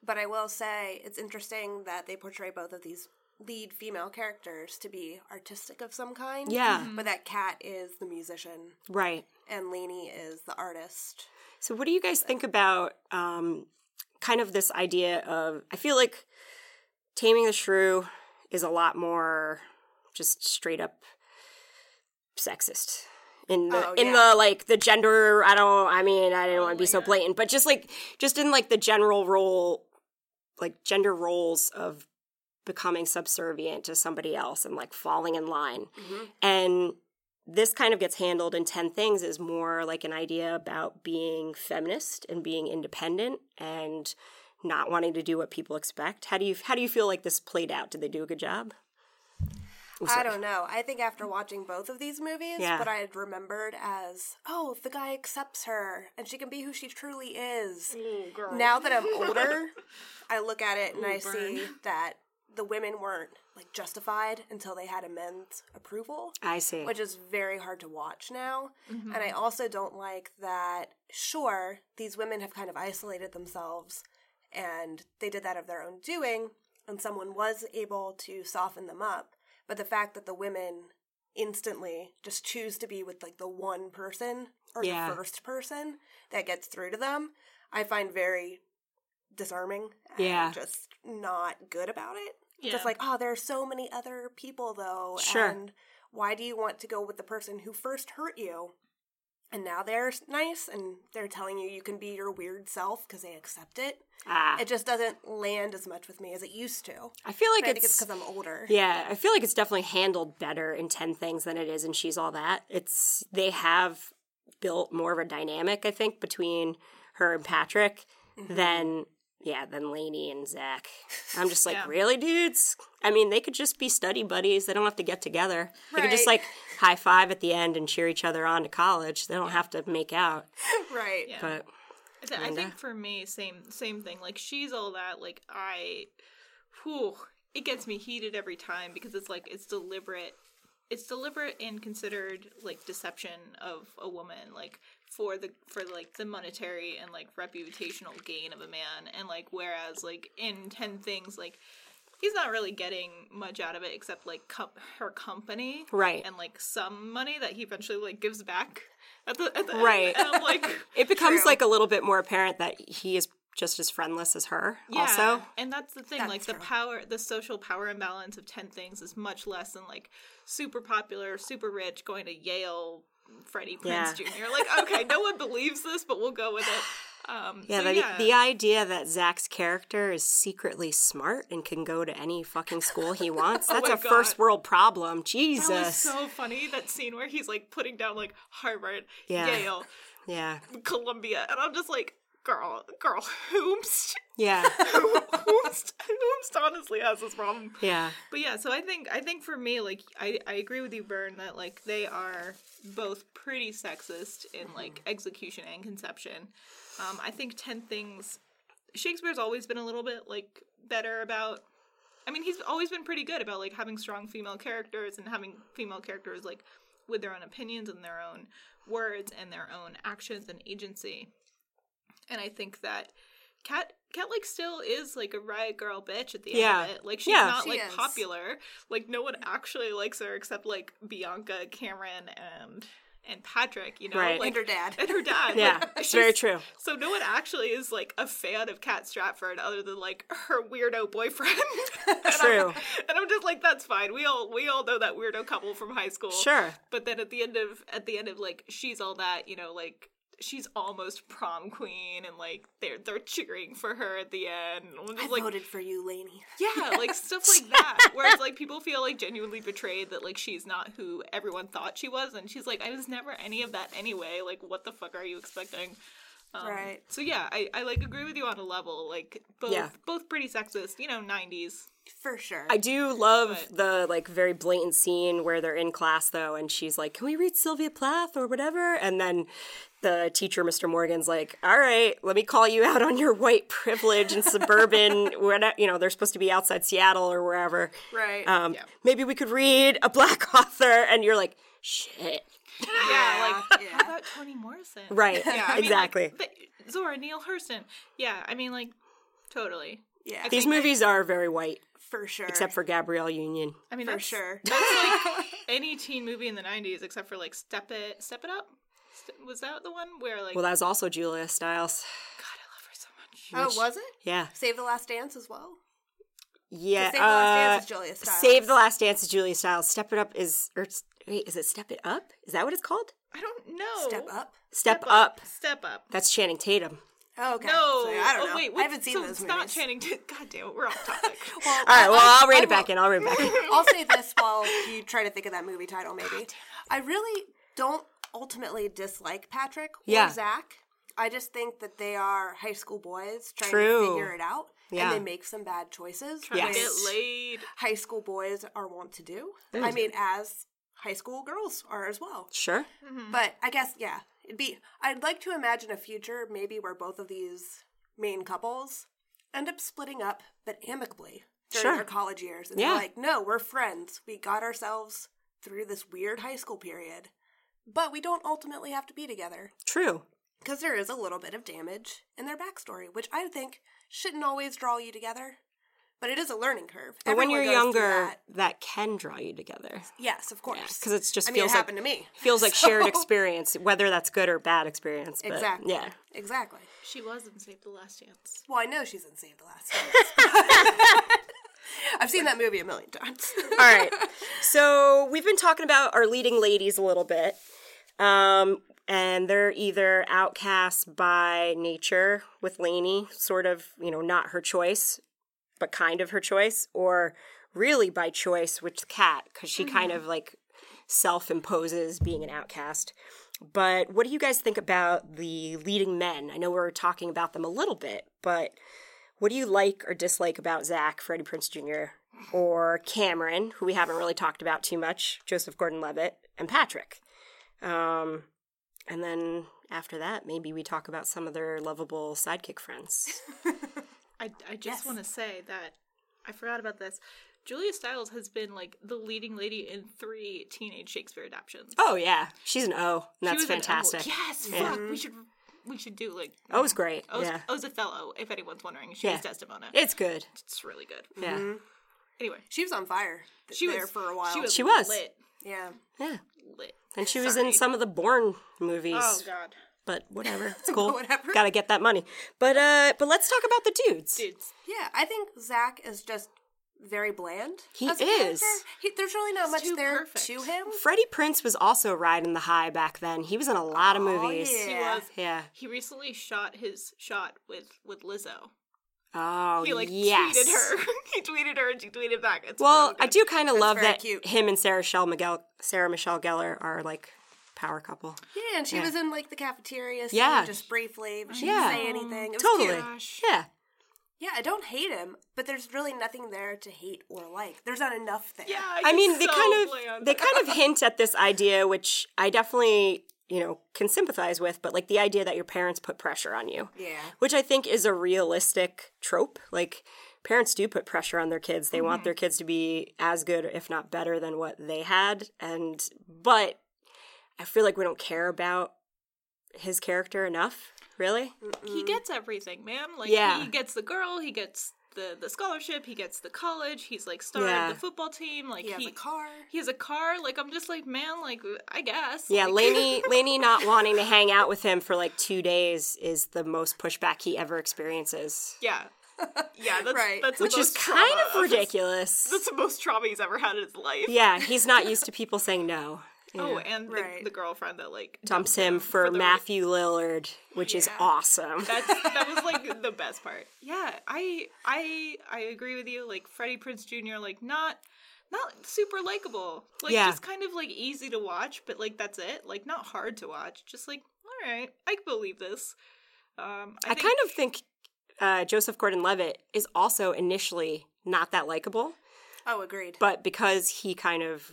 [SPEAKER 2] but I will say it's interesting that they portray both of these lead female characters to be artistic of some kind.
[SPEAKER 1] Yeah.
[SPEAKER 2] But that Cat is the musician
[SPEAKER 1] Right.
[SPEAKER 2] and Lainey is the artist.
[SPEAKER 1] So, what do you guys think about um, kind of this idea of? I feel like Taming the Shrew is a lot more just straight up sexist in the
[SPEAKER 2] Oh,
[SPEAKER 1] in
[SPEAKER 2] yeah. Oh,
[SPEAKER 1] the like the gender. I don't. I mean, I didn't want to be
[SPEAKER 3] my
[SPEAKER 1] so
[SPEAKER 3] God.
[SPEAKER 1] blatant, but just like just in like the general role, like gender roles of becoming subservient to somebody else and like falling in line
[SPEAKER 2] Mm-hmm.
[SPEAKER 1] and this kind of gets handled in 10 things is more like an idea about being feminist and being independent and not wanting to do what people expect how do you how do you feel like this played out did they do a good job Oh,
[SPEAKER 2] I
[SPEAKER 1] sorry.
[SPEAKER 2] don't know. I think after watching both of these movies,
[SPEAKER 1] Yeah.
[SPEAKER 2] what I had remembered as, oh, if the guy accepts her and she can be who she truly is. Now that I'm older, I look at it and I see that the women weren't like justified until they had a men's approval,
[SPEAKER 1] i see Mm-hmm.
[SPEAKER 2] which is very hard to watch now. And I also don't like that sure, these women have kind of isolated themselves and they did that of their own doing and someone was able to soften them up, but the fact that the women instantly just choose to be with like the one person or
[SPEAKER 1] Yeah.
[SPEAKER 2] the first person that gets through to them, I find very disarming and
[SPEAKER 1] Yeah.
[SPEAKER 2] just not good about it.
[SPEAKER 3] Yeah.
[SPEAKER 2] Just like, oh, there are so many other people though.
[SPEAKER 1] Sure.
[SPEAKER 2] And why do you want to go with the person who first hurt you? And now they're s- nice and they're telling you you can be your weird self because they accept it.
[SPEAKER 1] ah,
[SPEAKER 2] It just doesn't land as much with me as it used to.
[SPEAKER 1] i feel
[SPEAKER 2] And
[SPEAKER 1] like
[SPEAKER 2] I think it's
[SPEAKER 1] it's
[SPEAKER 2] because I'm older.
[SPEAKER 1] yeah i feel like it's definitely handled better in 10 things than it is in she's all that it's they have built more of a dynamic i think between her and patrick than yeah than laney and zach i'm just like
[SPEAKER 3] Yeah.
[SPEAKER 1] really dudes i mean they could just be study buddies they don't have to get together they could just
[SPEAKER 2] Right.
[SPEAKER 1] like high five at the end and cheer each other on to college they don't have to make out
[SPEAKER 2] Right.
[SPEAKER 3] Yeah.
[SPEAKER 1] but
[SPEAKER 3] I th- I
[SPEAKER 1] Amanda?
[SPEAKER 3] think for me, same same thing. Like she's all that. Like I, whew, it gets me heated every time because it's like it's deliberate. It's deliberate and considered like deception of a woman, like for the for like the monetary and like reputational gain of a man, and like whereas like in ten things, like he's not really getting much out of it except like com- her company,
[SPEAKER 1] Right.
[SPEAKER 3] and like some money that he eventually like gives back at the, at the end.
[SPEAKER 1] Right.
[SPEAKER 3] And I'm like,
[SPEAKER 1] it becomes
[SPEAKER 2] True.
[SPEAKER 1] like a little bit more apparent that he is just as friendless as her also
[SPEAKER 3] and that's the thing like
[SPEAKER 2] That's
[SPEAKER 3] the
[SPEAKER 2] true.
[SPEAKER 3] power the social power imbalance of 10 things is much less than like super popular super rich going to yale freddie prince
[SPEAKER 1] Yeah.
[SPEAKER 3] jr like okay no one believes this but we'll go with it um
[SPEAKER 1] Yeah,
[SPEAKER 3] so
[SPEAKER 1] the,
[SPEAKER 3] yeah.
[SPEAKER 1] the idea that Zach's character is secretly smart and can go to any fucking school he wants, that's
[SPEAKER 3] Oh my
[SPEAKER 1] a
[SPEAKER 3] God.
[SPEAKER 1] first world problem.
[SPEAKER 3] that
[SPEAKER 1] Jesus.
[SPEAKER 3] was so funny that scene where he's like putting down like harvard
[SPEAKER 1] Yeah.
[SPEAKER 3] yale
[SPEAKER 1] yeah.
[SPEAKER 3] columbia and i'm just like girl girl whomst
[SPEAKER 1] Yeah.
[SPEAKER 3] whomst whomst honestly has this problem
[SPEAKER 1] yeah.
[SPEAKER 3] But yeah, so I think I think for me, like I, I agree with you, Bern, that like they are both pretty sexist in like execution and conception. Um, I think Ten Things Shakespeare's always been a little bit like better about. I mean, he's always been pretty good about like having strong female characters and having female characters like with their own opinions and their own words and their own actions and agency. And I think that Cat Cat like still is like a riot girl bitch at the
[SPEAKER 1] Yeah.
[SPEAKER 3] end of it. Like she's
[SPEAKER 1] Yeah.
[SPEAKER 3] not
[SPEAKER 2] She
[SPEAKER 3] like
[SPEAKER 2] is.
[SPEAKER 3] popular. Like no one actually likes her except like Bianca, Cameron, and and Patrick. You know,
[SPEAKER 1] Right.
[SPEAKER 3] like
[SPEAKER 2] And her dad.
[SPEAKER 3] and her dad.
[SPEAKER 1] Yeah.
[SPEAKER 3] Like,
[SPEAKER 1] It's
[SPEAKER 3] she's-
[SPEAKER 1] very true.
[SPEAKER 3] So no one actually is like a fan of Kat Stratford other than like her weirdo boyfriend. and
[SPEAKER 1] True.
[SPEAKER 3] I'm, and I'm just like, that's fine. We all we all know that weirdo couple from high school.
[SPEAKER 1] Sure.
[SPEAKER 3] But then at the end of at the end of like she's all that, you know, like she's almost prom queen and like they're they're cheering for her at the end. And I'm
[SPEAKER 2] I
[SPEAKER 3] just like
[SPEAKER 2] voted for you, Lainey.
[SPEAKER 3] yeah, like stuff like that. Whereas like people feel like genuinely betrayed that like she's not who everyone thought she was and she's like I was never any of that anyway. Like what the fuck are you expecting? Um,
[SPEAKER 2] Right.
[SPEAKER 3] So yeah, I, I like agree with you on a level. Like both
[SPEAKER 1] Yeah.
[SPEAKER 3] both pretty sexist, you know, 90s.
[SPEAKER 2] For sure.
[SPEAKER 1] I do love the like very blatant scene where they're in class though, and she's like, "Can we read Sylvia Plath or whatever?" And then the teacher, Mr. Morgan's like, "All right, let me call you out on your white privilege and suburban. We're not, you know, they're supposed to be outside Seattle or wherever.
[SPEAKER 2] right.
[SPEAKER 1] Um, Maybe we could read a black author." And you're like, "Shit."
[SPEAKER 3] Yeah, like
[SPEAKER 2] Yeah.
[SPEAKER 3] how about Toni Morrison?
[SPEAKER 1] Right.
[SPEAKER 3] Yeah, I mean, like,
[SPEAKER 1] exactly.
[SPEAKER 3] the- Zora Neale Hurston. Yeah, I mean like totally.
[SPEAKER 2] yeah.
[SPEAKER 1] These movies are very white,
[SPEAKER 2] for sure.
[SPEAKER 1] except for Gabrielle Union.
[SPEAKER 3] I mean
[SPEAKER 2] for
[SPEAKER 3] that's-
[SPEAKER 2] sure.
[SPEAKER 3] That's like any teen movie in the '90s, except for like Step It, Step It Up. St- Was that the one where like
[SPEAKER 1] Well, that was also Julia Stiles.
[SPEAKER 3] God, I love her so much.
[SPEAKER 2] oh, was it?
[SPEAKER 1] Yeah.
[SPEAKER 2] Save the Last Dance as well.
[SPEAKER 1] Yeah.
[SPEAKER 2] Save the Last
[SPEAKER 1] uh,
[SPEAKER 2] Dance is Julia Stiles.
[SPEAKER 1] Save the Last Dance is Julia Stiles. Step It Up is or s- wait, is it Step It Up? Is that what it's called?
[SPEAKER 3] I don't know.
[SPEAKER 2] Step Up.
[SPEAKER 1] Step,
[SPEAKER 3] Step
[SPEAKER 1] up.
[SPEAKER 3] Step Up.
[SPEAKER 1] That's Channing Tatum.
[SPEAKER 2] Oh, okay.
[SPEAKER 3] No,
[SPEAKER 2] So, yeah, I don't
[SPEAKER 3] oh,
[SPEAKER 2] know.
[SPEAKER 3] wait,
[SPEAKER 2] I
[SPEAKER 3] what-
[SPEAKER 2] haven't seen
[SPEAKER 3] so
[SPEAKER 2] those
[SPEAKER 3] it's
[SPEAKER 2] movies.
[SPEAKER 3] not Channing. T- God damn it, we're off topic.
[SPEAKER 2] Well,
[SPEAKER 1] All right, well, I'll read
[SPEAKER 2] Oh, I
[SPEAKER 1] it back
[SPEAKER 2] will-
[SPEAKER 1] in. I'll read it back in.
[SPEAKER 2] I'll say this while you try to think of that movie title, maybe. I really don't ultimately dislike Patrick or
[SPEAKER 1] Yeah.
[SPEAKER 2] Zach. I just think that they are high school boys trying
[SPEAKER 1] True.
[SPEAKER 2] to figure it out.
[SPEAKER 1] Yeah.
[SPEAKER 2] And they make some bad choices,
[SPEAKER 3] Trying to
[SPEAKER 1] Yes. Mm.
[SPEAKER 2] which
[SPEAKER 3] Get laid.
[SPEAKER 2] high school boys are wont to do. I mean, as high school girls are as well.
[SPEAKER 1] Sure.
[SPEAKER 2] But I guess, yeah, it'd be, I'd like to imagine a future maybe where both of these main couples end up splitting up, but amicably during
[SPEAKER 1] Sure.
[SPEAKER 2] their college years. And
[SPEAKER 1] Yeah.
[SPEAKER 2] they're like, no, we're friends. We got ourselves through this weird high school period, but we don't ultimately have to be together
[SPEAKER 1] True.
[SPEAKER 2] because there is a little bit of damage in their backstory, which I think shouldn't always draw you together. But it is a learning curve.
[SPEAKER 1] But when you're
[SPEAKER 2] Everyone goes through
[SPEAKER 1] younger,
[SPEAKER 2] that.
[SPEAKER 1] that can draw you together
[SPEAKER 2] yes, of course,
[SPEAKER 1] because it's just
[SPEAKER 2] I mean, it
[SPEAKER 1] feels
[SPEAKER 2] happened
[SPEAKER 1] like
[SPEAKER 2] to me.
[SPEAKER 1] feels like shared
[SPEAKER 2] So-
[SPEAKER 1] experience, whether that's good or bad experience. But,
[SPEAKER 2] Exactly.
[SPEAKER 1] Yeah.
[SPEAKER 2] Exactly.
[SPEAKER 3] She was in Save the Last Dance.
[SPEAKER 2] Well, I know she's in Save the Last Dance. I've seen that movie a million times.
[SPEAKER 1] All right. So we've been talking about our leading ladies a little bit. Um, and they're either outcast by nature with Lainey, sort of, you know, not her choice, but kind of her choice, or really by choice with Kat, because she kind of like self imposes being an outcast. But what do you guys think about the leading men? I know we were talking about them a little bit, but what do you like or dislike about Zach, Freddie Prince Jr., or Cameron, who we haven't really talked about too much, Joseph Gordon Levitt, and Patrick? Um, and then after that, maybe we talk about some of their lovable sidekick friends.
[SPEAKER 3] I, I just
[SPEAKER 2] Yes.
[SPEAKER 3] want to say that I forgot about this. Julia Stiles has been like the leading lady in three teenage Shakespeare adaptions.
[SPEAKER 1] Oh, yeah. She's an O, and that's
[SPEAKER 3] She was an
[SPEAKER 1] fantastic.
[SPEAKER 3] Ethel. Yes, fuck. We should we should do like
[SPEAKER 1] O was great.
[SPEAKER 3] O's,
[SPEAKER 1] Oh, yeah.
[SPEAKER 3] O's Othello, if anyone's wondering. She
[SPEAKER 1] Yeah.
[SPEAKER 3] was Desdemona.
[SPEAKER 1] It's good.
[SPEAKER 3] It's really good.
[SPEAKER 1] Yeah.
[SPEAKER 3] Anyway,
[SPEAKER 2] she was on fire th-
[SPEAKER 3] she was
[SPEAKER 2] there for a while.
[SPEAKER 3] She was,
[SPEAKER 1] She was.
[SPEAKER 3] lit.
[SPEAKER 2] yeah.
[SPEAKER 1] Yeah.
[SPEAKER 3] Lit.
[SPEAKER 1] And she was
[SPEAKER 3] Sorry.
[SPEAKER 1] in some of the Bourne movies.
[SPEAKER 3] Oh god,
[SPEAKER 1] But whatever. It's cool.
[SPEAKER 2] Whatever.
[SPEAKER 1] Gotta get that money. But uh but let's talk about the dudes.
[SPEAKER 3] dudes.
[SPEAKER 2] Yeah, I think Zach is just very bland.
[SPEAKER 1] He
[SPEAKER 2] as a
[SPEAKER 1] is.
[SPEAKER 2] character. He, there's really not much
[SPEAKER 3] too
[SPEAKER 2] there
[SPEAKER 3] perfect.
[SPEAKER 2] to him.
[SPEAKER 1] Freddie Prince was also riding the high back then. He was in a lot
[SPEAKER 3] Oh,
[SPEAKER 1] of movies.
[SPEAKER 3] He
[SPEAKER 2] Oh, Yeah.
[SPEAKER 3] was.
[SPEAKER 1] Yeah.
[SPEAKER 3] He recently shot his shot with with Lizzo.
[SPEAKER 1] Oh,
[SPEAKER 3] He like
[SPEAKER 1] yes.
[SPEAKER 3] tweeted her. he tweeted her, and she tweeted back. It's
[SPEAKER 1] Well,
[SPEAKER 3] really
[SPEAKER 1] I
[SPEAKER 3] good.
[SPEAKER 1] do kind of love
[SPEAKER 2] very
[SPEAKER 1] that
[SPEAKER 2] cute.
[SPEAKER 1] him and Sarah Michelle Miguel, Sarah Michelle Gellar are like power couple.
[SPEAKER 2] Yeah, and she was in like the cafeteria scene
[SPEAKER 1] Yeah.
[SPEAKER 2] just briefly. But she
[SPEAKER 1] Yeah.
[SPEAKER 2] didn't say anything. It was
[SPEAKER 1] Totally.
[SPEAKER 2] cute.
[SPEAKER 3] Gosh.
[SPEAKER 1] Yeah.
[SPEAKER 2] Yeah, I don't hate him, but there's really nothing there to hate or like. There's not enough there.
[SPEAKER 3] Yeah,
[SPEAKER 1] I
[SPEAKER 3] he's
[SPEAKER 1] mean, they
[SPEAKER 3] so
[SPEAKER 1] kind of
[SPEAKER 3] bland.
[SPEAKER 1] they kind of hint at this idea, which I definitely you know can sympathize with, but like the idea that your parents put pressure on you,
[SPEAKER 2] Yeah.
[SPEAKER 1] which I think is a realistic trope. Like parents do put pressure on their kids; they
[SPEAKER 3] Mm-hmm.
[SPEAKER 1] want their kids to be as good, if not better, than what they had. And but I feel like we don't care about his character enough, really.
[SPEAKER 3] he gets everything, man. Like
[SPEAKER 1] Mm. Yeah.
[SPEAKER 3] he gets the girl, he gets the the scholarship, he gets the college. He's like started
[SPEAKER 1] Yeah.
[SPEAKER 3] the football team. Like
[SPEAKER 2] He has a car.
[SPEAKER 3] He has a car. Like I'm just like, man. Like I guess.
[SPEAKER 1] Yeah,
[SPEAKER 3] Like,
[SPEAKER 1] Laney Laney not wanting to hang out with him for like two days is the most pushback he ever experiences.
[SPEAKER 3] yeah. Yeah. That's,
[SPEAKER 2] Right.
[SPEAKER 3] That's
[SPEAKER 1] Which
[SPEAKER 3] the
[SPEAKER 1] is
[SPEAKER 3] most
[SPEAKER 1] kind
[SPEAKER 3] trauma
[SPEAKER 1] of ridiculous.
[SPEAKER 3] That's the most trauma he's ever had in his life.
[SPEAKER 1] Yeah, he's not used to people saying no.
[SPEAKER 3] Oh, and the,
[SPEAKER 2] Right.
[SPEAKER 3] the girlfriend that like
[SPEAKER 1] dumps him for,
[SPEAKER 3] the-
[SPEAKER 1] Matthew Lillard, which is awesome.
[SPEAKER 3] That's that was like the best part. Yeah, I I I agree with you. Like Freddie Prince Jr. like not not super likable. Like
[SPEAKER 1] Yeah.
[SPEAKER 3] just kind of like easy to watch, but like that's it. Like not hard to watch. Just like all right, I can believe this. Um, I,
[SPEAKER 1] I kind of think uh, Joseph Gordon-Levitt is also initially not that likable,
[SPEAKER 2] Oh, agreed.
[SPEAKER 1] but because he kind of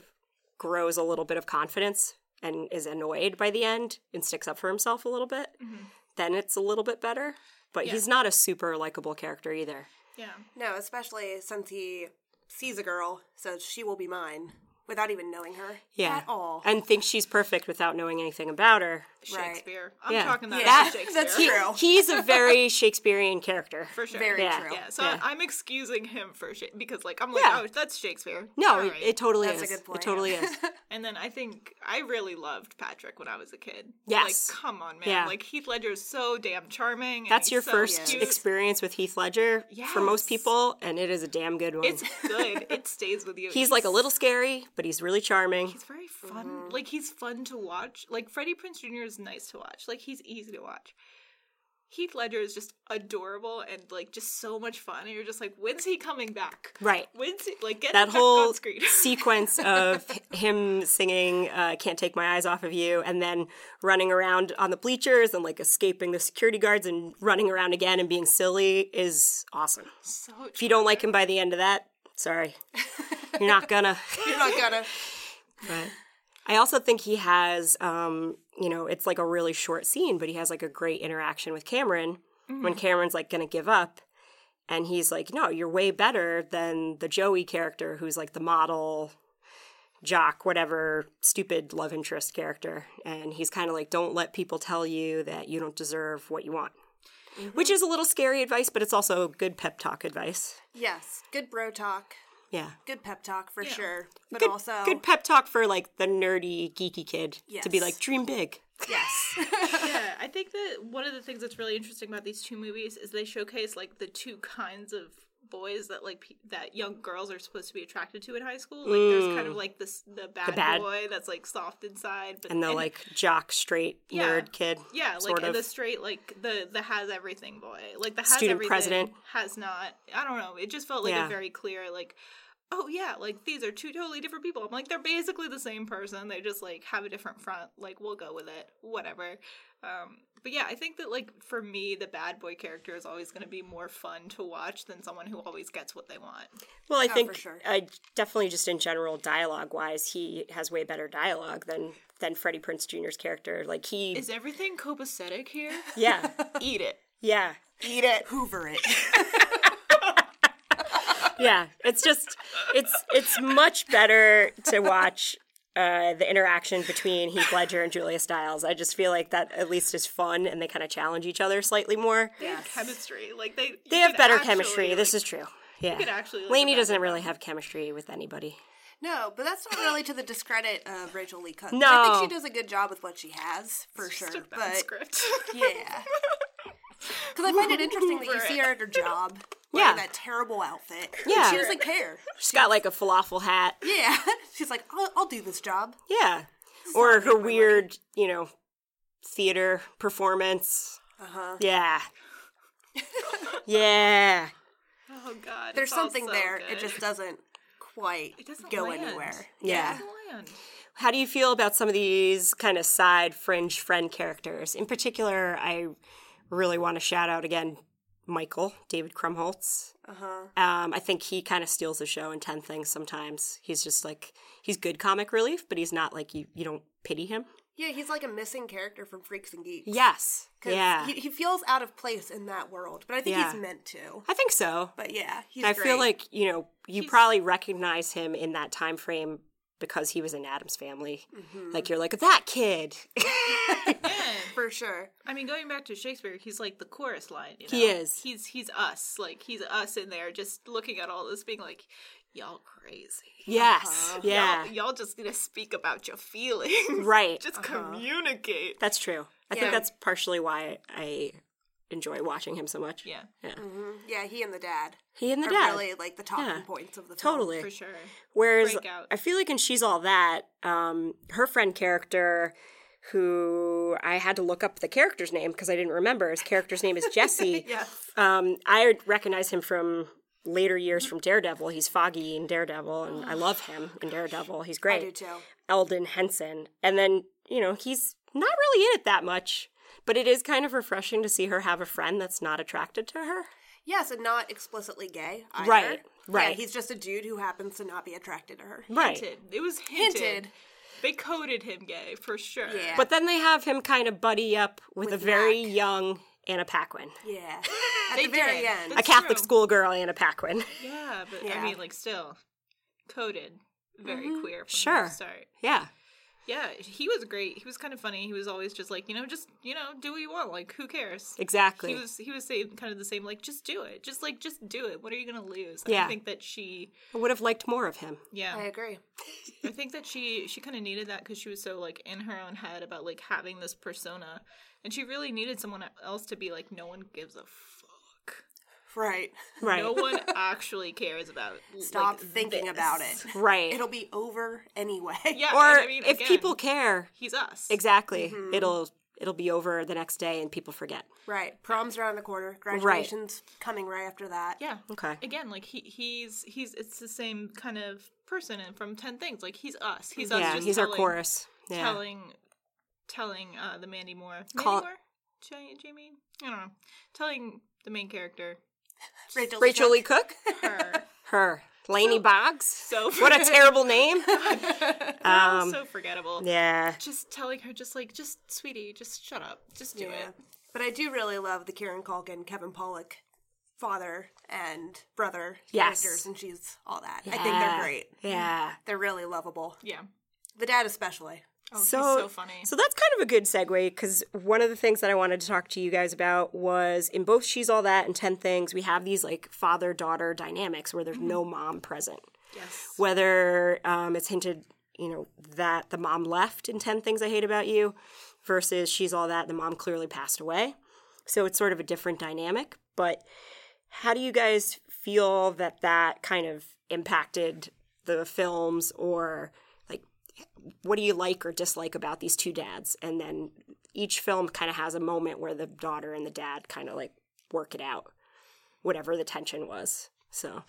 [SPEAKER 1] grows a little bit of confidence and is annoyed by the end and sticks up for himself a little bit, then it's a little bit better. But
[SPEAKER 3] Yeah.
[SPEAKER 1] he's not a super likable character either.
[SPEAKER 3] yeah.
[SPEAKER 2] No, especially since he sees a girl, so she will be mine without even knowing her
[SPEAKER 1] Yeah.
[SPEAKER 2] at all.
[SPEAKER 1] And thinks she's perfect without knowing anything about her.
[SPEAKER 2] Right.
[SPEAKER 3] Shakespeare. I'm
[SPEAKER 1] Yeah.
[SPEAKER 3] talking that,
[SPEAKER 2] Yeah.
[SPEAKER 3] about Shakespeare.
[SPEAKER 2] That's
[SPEAKER 1] He-
[SPEAKER 2] True.
[SPEAKER 1] he's a very Shakespearean character.
[SPEAKER 3] for sure.
[SPEAKER 2] Very
[SPEAKER 1] Yeah.
[SPEAKER 2] true.
[SPEAKER 3] Yeah, so
[SPEAKER 1] Yeah.
[SPEAKER 3] I'm excusing him for shit because, like, I'm like,
[SPEAKER 1] Yeah.
[SPEAKER 3] oh, that's Shakespeare.
[SPEAKER 1] No,
[SPEAKER 3] All
[SPEAKER 1] it,
[SPEAKER 3] right.
[SPEAKER 1] it totally
[SPEAKER 2] That's a
[SPEAKER 1] is.
[SPEAKER 2] good point,
[SPEAKER 1] It totally
[SPEAKER 2] yeah.
[SPEAKER 1] is.
[SPEAKER 3] And then I think I really loved Patrick when I was a kid.
[SPEAKER 1] Yes.
[SPEAKER 3] Like, come on, man.
[SPEAKER 1] Yeah.
[SPEAKER 3] Like Heath Ledger is so damn charming. and
[SPEAKER 1] That's
[SPEAKER 3] he's
[SPEAKER 1] your
[SPEAKER 3] so
[SPEAKER 1] first
[SPEAKER 3] cute.
[SPEAKER 1] experience with Heath Ledger for most
[SPEAKER 3] Yes.
[SPEAKER 1] people, and it is a damn good one.
[SPEAKER 3] It's good. it stays with you.
[SPEAKER 1] he's like a little Mm-hmm. scary, but he's really charming.
[SPEAKER 3] He's very fun. Like he's fun to watch. Like Freddie Prince Jr. is nice to watch. Like he's easy to watch. Heath Ledger is just adorable and like just so much fun. And you're just like, when's he coming back?
[SPEAKER 1] Right.
[SPEAKER 3] When's he like get
[SPEAKER 1] That
[SPEAKER 3] back
[SPEAKER 1] whole
[SPEAKER 3] on screen?
[SPEAKER 1] sequence of him singing uh, Can't Take My Eyes Off of You and then running around on the bleachers and like escaping the security guards and running around again and being silly is awesome.
[SPEAKER 3] so
[SPEAKER 1] If you don't like him by the end of that, sorry. You're not gonna.
[SPEAKER 2] You're not gonna.
[SPEAKER 1] But I also think he has, um, you know, it's like a really short scene, but he has like a great interaction with Cameron when Cameron's like going to give up. And he's like, no, you're way better than the Joey character who's like the model, jock, whatever, stupid love interest character. And he's kind of like, don't let people tell you that you don't deserve what you want. Which is a little scary advice, but it's also good pep talk advice.
[SPEAKER 2] Yes, good bro talk,
[SPEAKER 1] Yeah.
[SPEAKER 2] good pep talk for sure. But
[SPEAKER 1] Good,
[SPEAKER 2] also,
[SPEAKER 1] good pep talk for like the nerdy, geeky kid to be
[SPEAKER 2] Yes.
[SPEAKER 1] like, dream big.
[SPEAKER 2] yes,
[SPEAKER 3] yeah, I think that one of the things that's really interesting about these two movies is they showcase like the two kinds of boys that like pe- that young girls are supposed to be attracted to in high school. Like there's kind of like this the bad,
[SPEAKER 1] Mm. bad-
[SPEAKER 3] boy that's like soft inside, but
[SPEAKER 1] and the like jock straight
[SPEAKER 3] Yeah.
[SPEAKER 1] nerd kid.
[SPEAKER 3] yeah, like
[SPEAKER 1] sort of.
[SPEAKER 3] the straight like the the has everything boy, like the has
[SPEAKER 1] Student
[SPEAKER 3] everything
[SPEAKER 1] president.
[SPEAKER 3] has not. I don't know. It just felt like
[SPEAKER 1] Yeah.
[SPEAKER 3] a very clear like. Oh yeah, like these are two totally different people. I'm like they're basically the same person. They just like have a different front. Like we'll go with it, whatever. Um, but yeah, I think that like for me, the bad boy character is always going to be more fun to watch than someone who always gets what they want.
[SPEAKER 1] well, I think
[SPEAKER 2] sure.
[SPEAKER 1] I definitely just in general dialogue wise, he has way better dialogue than than Freddie Prince Jr.'s character. Like he,
[SPEAKER 3] Is everything copacetic here?
[SPEAKER 1] yeah,
[SPEAKER 3] Eat it.
[SPEAKER 1] yeah,
[SPEAKER 2] eat it, Hoover it.
[SPEAKER 1] yeah. It's just it's it's much better to watch. Uh, the interaction between Heath Ledger and Julia Stiles. I just feel like that at least is fun and they kind of challenge each other slightly more.
[SPEAKER 3] They have chemistry. Like they
[SPEAKER 1] They have better chemistry. this is true. Yeah.
[SPEAKER 3] could actually, like,
[SPEAKER 1] Lainey
[SPEAKER 3] imagine
[SPEAKER 1] doesn't really have chemistry with anybody.
[SPEAKER 2] No, but that's not really to the discredit of Rachel Lee Cook.
[SPEAKER 1] No.
[SPEAKER 2] I think she does a good job with what she has for sure. But
[SPEAKER 3] script.
[SPEAKER 2] yeah, because I find it interesting that you
[SPEAKER 3] Hoover
[SPEAKER 2] see
[SPEAKER 3] it.
[SPEAKER 2] her at her job.
[SPEAKER 1] Yeah.
[SPEAKER 2] wearing that terrible outfit.
[SPEAKER 1] Yeah.
[SPEAKER 2] she doesn't care.
[SPEAKER 1] She's got like a falafel hat.
[SPEAKER 2] Yeah, she's like, I'll, I'll do this job.
[SPEAKER 1] Yeah. Or her weird, you know, theater performance. Uh-huh. Yeah. yeah.
[SPEAKER 3] Oh god.
[SPEAKER 2] There's
[SPEAKER 3] it's all
[SPEAKER 2] something
[SPEAKER 3] so
[SPEAKER 2] there.
[SPEAKER 3] good.
[SPEAKER 2] It just doesn't quite
[SPEAKER 3] doesn't
[SPEAKER 2] go
[SPEAKER 3] land.
[SPEAKER 2] anywhere.
[SPEAKER 1] Yeah.
[SPEAKER 3] It doesn't land.
[SPEAKER 1] How do you feel about some of these kind of side fringe friend characters? In particular, I really want to shout out again Michael, David Krumholtz. Uh-huh. Um, I think he kind of steals the show in 10 things sometimes. He's just like, he's good comic relief, but he's not like, you, you don't pity him.
[SPEAKER 2] Yeah, he's like a missing character from Freaks and Geeks.
[SPEAKER 1] Yes.
[SPEAKER 2] 'Cause
[SPEAKER 1] Yeah.
[SPEAKER 2] He, he feels out of place in that world, but I think
[SPEAKER 1] Yeah.
[SPEAKER 2] he's meant to.
[SPEAKER 1] I think so.
[SPEAKER 2] But yeah, he's
[SPEAKER 1] I
[SPEAKER 2] great.
[SPEAKER 1] feel like you know you probably recognize him in that time frame because he was in Adam's Family. Like
[SPEAKER 2] Mm-hmm.
[SPEAKER 1] you're like that kid.
[SPEAKER 2] for sure.
[SPEAKER 3] I mean, going back to Shakespeare, he's like the chorus line. You know?
[SPEAKER 1] He is.
[SPEAKER 3] He's he's us. Like he's us in there, just looking at all this, being like, "Y'all crazy.
[SPEAKER 1] yes.
[SPEAKER 2] Uh-huh.
[SPEAKER 1] Yeah.
[SPEAKER 3] Y'all, y'all just gonna speak about your feelings.
[SPEAKER 1] Right.
[SPEAKER 2] Uh-huh.
[SPEAKER 3] just communicate."
[SPEAKER 1] That's true. I think
[SPEAKER 2] Yeah.
[SPEAKER 1] that's partially why I enjoy watching him so much.
[SPEAKER 3] Yeah,
[SPEAKER 1] Yeah.
[SPEAKER 2] Yeah, he and the dad
[SPEAKER 1] He and the
[SPEAKER 2] are
[SPEAKER 1] dad.
[SPEAKER 2] really like the talking
[SPEAKER 1] Yeah.
[SPEAKER 2] points of the film.
[SPEAKER 1] totally.
[SPEAKER 3] for sure.
[SPEAKER 1] Whereas
[SPEAKER 3] Breakout.
[SPEAKER 1] I feel like in She's All That, um, her friend character, who I had to look up the character's name because I didn't remember, his character's name is Jesse.
[SPEAKER 3] Yes.
[SPEAKER 1] um, I recognize him from later years from Daredevil. He's Foggy in Daredevil, and I love him in Daredevil. He's
[SPEAKER 2] I
[SPEAKER 1] great.
[SPEAKER 2] do too.
[SPEAKER 1] Eldon Henson. And then, you know, he's not really in it that much, but it is kind of refreshing to see her have a friend that's not attracted to her.
[SPEAKER 2] Yes, and not explicitly gay. Either.
[SPEAKER 1] Right,
[SPEAKER 2] Yeah,
[SPEAKER 1] right.
[SPEAKER 2] he's just a dude who happens to not be attracted to her.
[SPEAKER 1] Right.
[SPEAKER 3] Hinted. It was hinted.
[SPEAKER 2] Hinted.
[SPEAKER 3] They coded him gay for sure.
[SPEAKER 2] Yeah.
[SPEAKER 1] But then they have him kind of buddy up with,
[SPEAKER 2] With
[SPEAKER 1] a very
[SPEAKER 2] Mac.
[SPEAKER 1] young Anna Paquin.
[SPEAKER 2] Yeah. At
[SPEAKER 3] They
[SPEAKER 2] the very
[SPEAKER 3] did.
[SPEAKER 2] end.
[SPEAKER 1] a
[SPEAKER 3] That's
[SPEAKER 1] Catholic
[SPEAKER 3] true.
[SPEAKER 1] schoolgirl Anna Paquin.
[SPEAKER 3] Yeah, but I
[SPEAKER 2] Yeah. Mm-hmm.
[SPEAKER 3] mean, like, still coded, very queer. From
[SPEAKER 1] Sure.
[SPEAKER 3] The start.
[SPEAKER 1] yeah.
[SPEAKER 3] Yeah, he was great. He was kind of funny. He was always just like, you know, just you know, do what you want. Like, who cares?
[SPEAKER 1] Exactly.
[SPEAKER 3] He was he was saying kind of the same. Like, just do it. Just like, just do it. What are you gonna lose? I
[SPEAKER 1] Yeah.
[SPEAKER 3] think that she.
[SPEAKER 1] I would have liked more of him.
[SPEAKER 3] Yeah.
[SPEAKER 2] I agree.
[SPEAKER 3] I think that she she kind of needed that because she was so like in her own head about like having this persona, and she really needed someone else to be like, no one gives a fuck.
[SPEAKER 2] Right.
[SPEAKER 1] Right.
[SPEAKER 3] No one actually cares about. like,
[SPEAKER 2] Stop thinking
[SPEAKER 3] this.
[SPEAKER 2] about it.
[SPEAKER 1] Right.
[SPEAKER 2] It'll be over anyway.
[SPEAKER 3] Yeah,
[SPEAKER 1] or
[SPEAKER 3] and I mean,
[SPEAKER 1] if
[SPEAKER 3] again, Mm-hmm.
[SPEAKER 1] people care,
[SPEAKER 3] he's us.
[SPEAKER 1] exactly, it'll it'll be over the next day and people forget.
[SPEAKER 2] Right. Prom's around the corner. Graduation's coming right after that.
[SPEAKER 3] Yeah.
[SPEAKER 1] Okay.
[SPEAKER 3] Again, like he he's he's it's the same kind of person and from Ten Things. Like he's us. He's us.
[SPEAKER 1] yeah,
[SPEAKER 3] just
[SPEAKER 1] he's
[SPEAKER 3] telling,
[SPEAKER 1] our chorus. Yeah.
[SPEAKER 3] Telling telling uh the Mandy Moore. Mandy
[SPEAKER 1] Call-
[SPEAKER 3] Moore? Ja- Jamie? I don't know. Telling the main character
[SPEAKER 2] Rachel's
[SPEAKER 1] Rachel Lee Cook?
[SPEAKER 3] her.
[SPEAKER 1] Her. Laney Boggs?
[SPEAKER 3] so
[SPEAKER 1] What a terrible name.
[SPEAKER 3] all so forgettable.
[SPEAKER 1] yeah.
[SPEAKER 3] Just telling her, just like, just sweetie, just shut up, just do
[SPEAKER 2] Yeah.
[SPEAKER 3] it.
[SPEAKER 2] But I do really love the Kieran Culkin, Kevin Pollock father and brother
[SPEAKER 1] Yes.
[SPEAKER 2] characters, and she's all that. I think they're great.
[SPEAKER 1] Yeah.
[SPEAKER 2] They're really lovable.
[SPEAKER 3] Yeah.
[SPEAKER 2] The dad, especially.
[SPEAKER 3] Oh,
[SPEAKER 1] So-
[SPEAKER 3] he's so funny.
[SPEAKER 1] So that's kind of a good segue because one of the things that I wanted to talk to you guys about was in both She's All That and 10 Things, we have these like father daughter dynamics where there's no mom present.
[SPEAKER 3] Mm-hmm. yes.
[SPEAKER 1] Whether um, it's hinted, you know, that the mom left in 10 Things I Hate About You versus She's All That, the mom clearly passed away. So it's sort of a different dynamic. But how do you guys feel that that kind of impacted the films or like what do you like or dislike about these two dads and then each film kind of has a moment where the daughter and the dad kind of like work it out whatever the tension was so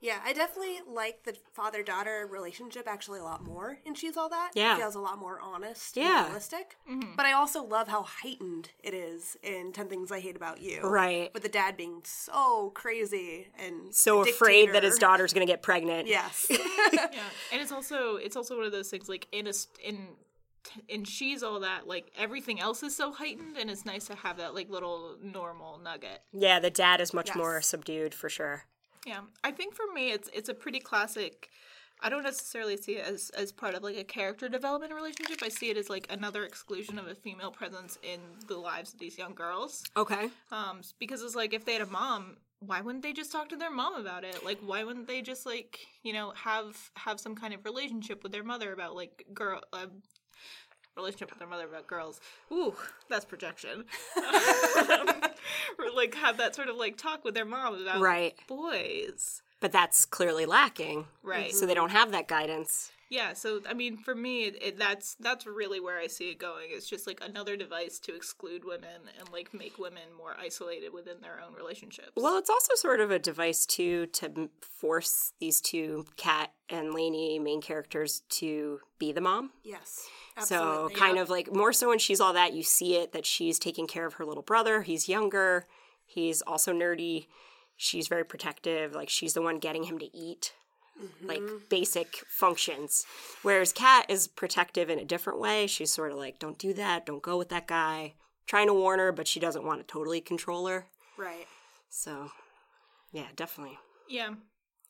[SPEAKER 2] Yeah, I definitely like the father daughter relationship actually a lot more in She's All That.
[SPEAKER 1] Yeah.
[SPEAKER 2] It feels a lot more honest,
[SPEAKER 1] Yeah. Mm-hmm.
[SPEAKER 2] yeah. realistic. But I also love how heightened it is in 10 Things I Hate About You.
[SPEAKER 1] Right.
[SPEAKER 2] With the dad being so crazy and
[SPEAKER 1] so
[SPEAKER 2] a
[SPEAKER 1] afraid that his
[SPEAKER 2] dictator.
[SPEAKER 1] daughter's going to get pregnant
[SPEAKER 2] Yes.
[SPEAKER 3] yeah and it's also it's also one of those things like in a st- in t- and she's all that like everything else is so heightened and it's nice to have that like little normal nugget
[SPEAKER 1] yeah the dad is much
[SPEAKER 2] Yes.
[SPEAKER 1] more subdued for sure
[SPEAKER 3] yeah i think for me it's it's a pretty classic i don't necessarily see it as as part of like a character development relationship i see it as like another exclusion of a female presence in the lives of these young girls
[SPEAKER 1] okay
[SPEAKER 3] um because it's like if they had a mom why wouldn't they just talk to their mom about it like why wouldn't they just like you know have have some kind of relationship with their mother about like girl um, relationship with their mother about girls ooh that's projection or like have that sort of like talk with their mom about
[SPEAKER 1] Right.
[SPEAKER 3] boys
[SPEAKER 1] but that's clearly lacking
[SPEAKER 3] Right.
[SPEAKER 1] so they don't have that guidance
[SPEAKER 3] yeah so i mean for me it, it, that's that's really where i see it going it's just like another device to exclude women and like make women more isolated within their own relationships
[SPEAKER 1] Well, it's also sort of a device too to m- force these two Kat and Lainey main characters to be the mom.
[SPEAKER 2] yes. Uh, Absolutely.
[SPEAKER 1] So kind of like more so when she's all that you see it that she's taking care of her little brother. He's younger. He's also nerdy. She's very protective. Like she's the one getting him to eat. Like basic functions. Whereas Kat is protective in a different way. She's sort of like, don't do that. Don't go with that guy. Trying to warn her, but she doesn't want to totally control her.
[SPEAKER 2] Right.
[SPEAKER 1] So, yeah, definitely.
[SPEAKER 3] Yeah.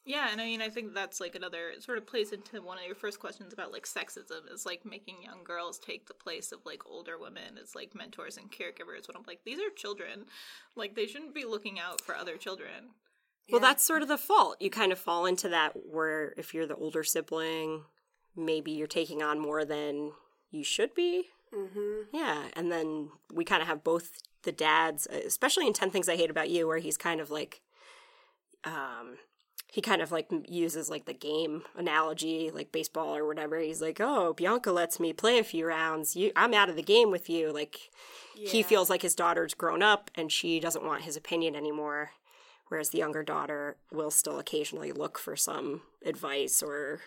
[SPEAKER 3] Yeah, and I mean, I think that's like another it sort of plays into one of your first questions about like sexism is like making young girls take the place of like older women as like mentors and caregivers. When I'm like, these are children, like they shouldn't be looking out for other children.
[SPEAKER 1] Well, that's sort of the fault. You kind of fall into that where if you're the older sibling, maybe you're taking on more than you should be. Mm-hmm. Yeah, and then we kind of have both the dads, especially in 10 Things I Hate About You, where he's kind of like, um, he kind of like uses like the game analogy, like baseball or whatever. He's like, "Oh, Bianca lets me play a few rounds. You, I'm out of the game with you." Like, he
[SPEAKER 2] Yeah.
[SPEAKER 1] feels like his daughter's grown up and she doesn't want his opinion anymore. Whereas the younger daughter will still occasionally look for some advice or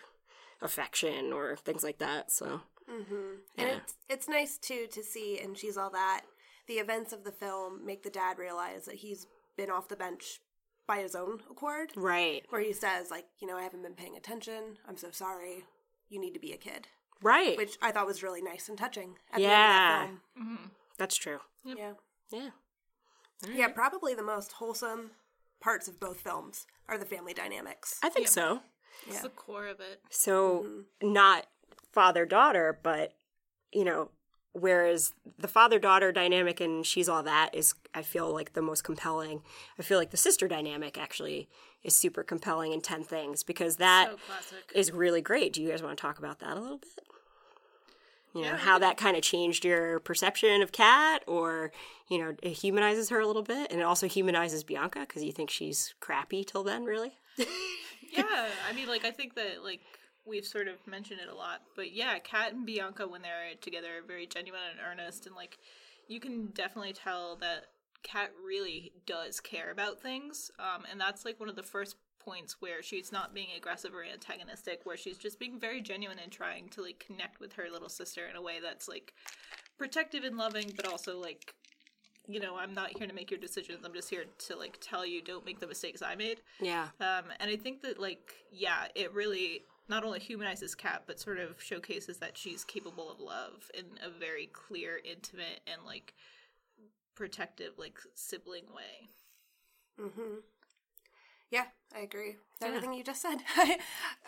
[SPEAKER 1] affection or things like that. So,
[SPEAKER 2] And it's, it's nice too to see, and she's all that. The events of the film make the dad realize that he's been off the bench by his own accord,
[SPEAKER 1] right,
[SPEAKER 2] where he says, like, you know, I haven't been paying attention. I'm so sorry. You need to be a kid,
[SPEAKER 1] right,
[SPEAKER 2] which I thought was really nice and touching.
[SPEAKER 1] Yeah.
[SPEAKER 2] film.
[SPEAKER 1] that's true.
[SPEAKER 2] yeah,
[SPEAKER 1] Yeah,
[SPEAKER 2] yeah. Probably the most wholesome parts of both films are the family dynamics.
[SPEAKER 1] I think so.
[SPEAKER 3] It's the core of it.
[SPEAKER 1] So
[SPEAKER 3] Mm-hmm.
[SPEAKER 1] not father daughter, but you know, whereas the father daughter dynamic and she's all that is I feel like the most compelling. I feel like the sister dynamic actually is super compelling in 10 things because that is
[SPEAKER 3] So classic.
[SPEAKER 1] really great. Do you guys want to talk about that a little bit? You know,
[SPEAKER 3] Yeah, we
[SPEAKER 1] how that kind of changed your perception of Kat or, you know, it humanizes her a little bit and it also humanizes Bianca because you think she's crappy till then, really?
[SPEAKER 3] yeah, I mean, like I think that like we've sort of mentioned it a lot, but yeah, Kat and Bianca when they're together are very genuine and earnest, and like you can definitely tell that Kat really does care about things, um, and that's like one of the first points where she's not being aggressive or antagonistic, where she's just being very genuine and trying to like connect with her little sister in a way that's like protective and loving, but also like you know, I'm not here to make your decisions. I'm just here to like tell you don't make the mistakes I made.
[SPEAKER 1] Yeah.
[SPEAKER 3] Um, and I think that, like, yeah, it really not only humanizes Kat, but sort of showcases that she's capable of love in a very clear, intimate, and like protective, like sibling way.
[SPEAKER 2] Yeah, I agree with everything you just said.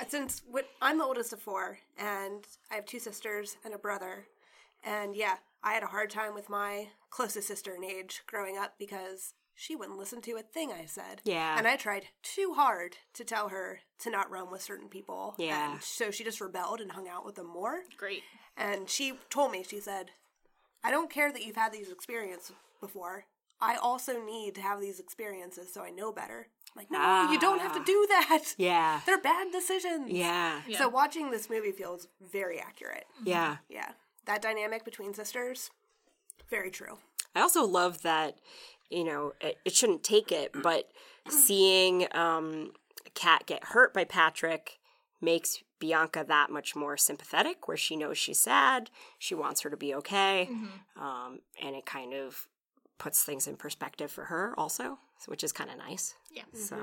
[SPEAKER 2] Since when, I'm the oldest of four, and I have two sisters and a brother, and yeah, I had a hard time with my closest sister in age growing up because she wouldn't listen to a thing I said.
[SPEAKER 1] Yeah.
[SPEAKER 2] and I tried too hard to tell her to not roam with certain people.
[SPEAKER 1] Yeah.
[SPEAKER 2] and so she just rebelled and hung out with them more.
[SPEAKER 3] Great.
[SPEAKER 2] And she told me, she said, I don't care that you've had these experiences before. I also need to have these experiences so I know better. I'm like, no, you don't have to do that.
[SPEAKER 1] Ah. Yeah.
[SPEAKER 2] They're bad decisions.
[SPEAKER 1] Yeah.
[SPEAKER 2] So watching this movie feels very accurate.
[SPEAKER 1] Yeah.
[SPEAKER 2] Yeah. That dynamic between sisters, very true.
[SPEAKER 1] I also love that, you know, it, it shouldn't take it, but seeing um, Kat get hurt by Patrick makes Bianca that much more sympathetic, where she knows she's sad, she wants her to be okay, um, and it kind of puts things in perspective for her also, so- which is kind of nice.
[SPEAKER 3] Yeah.
[SPEAKER 1] So,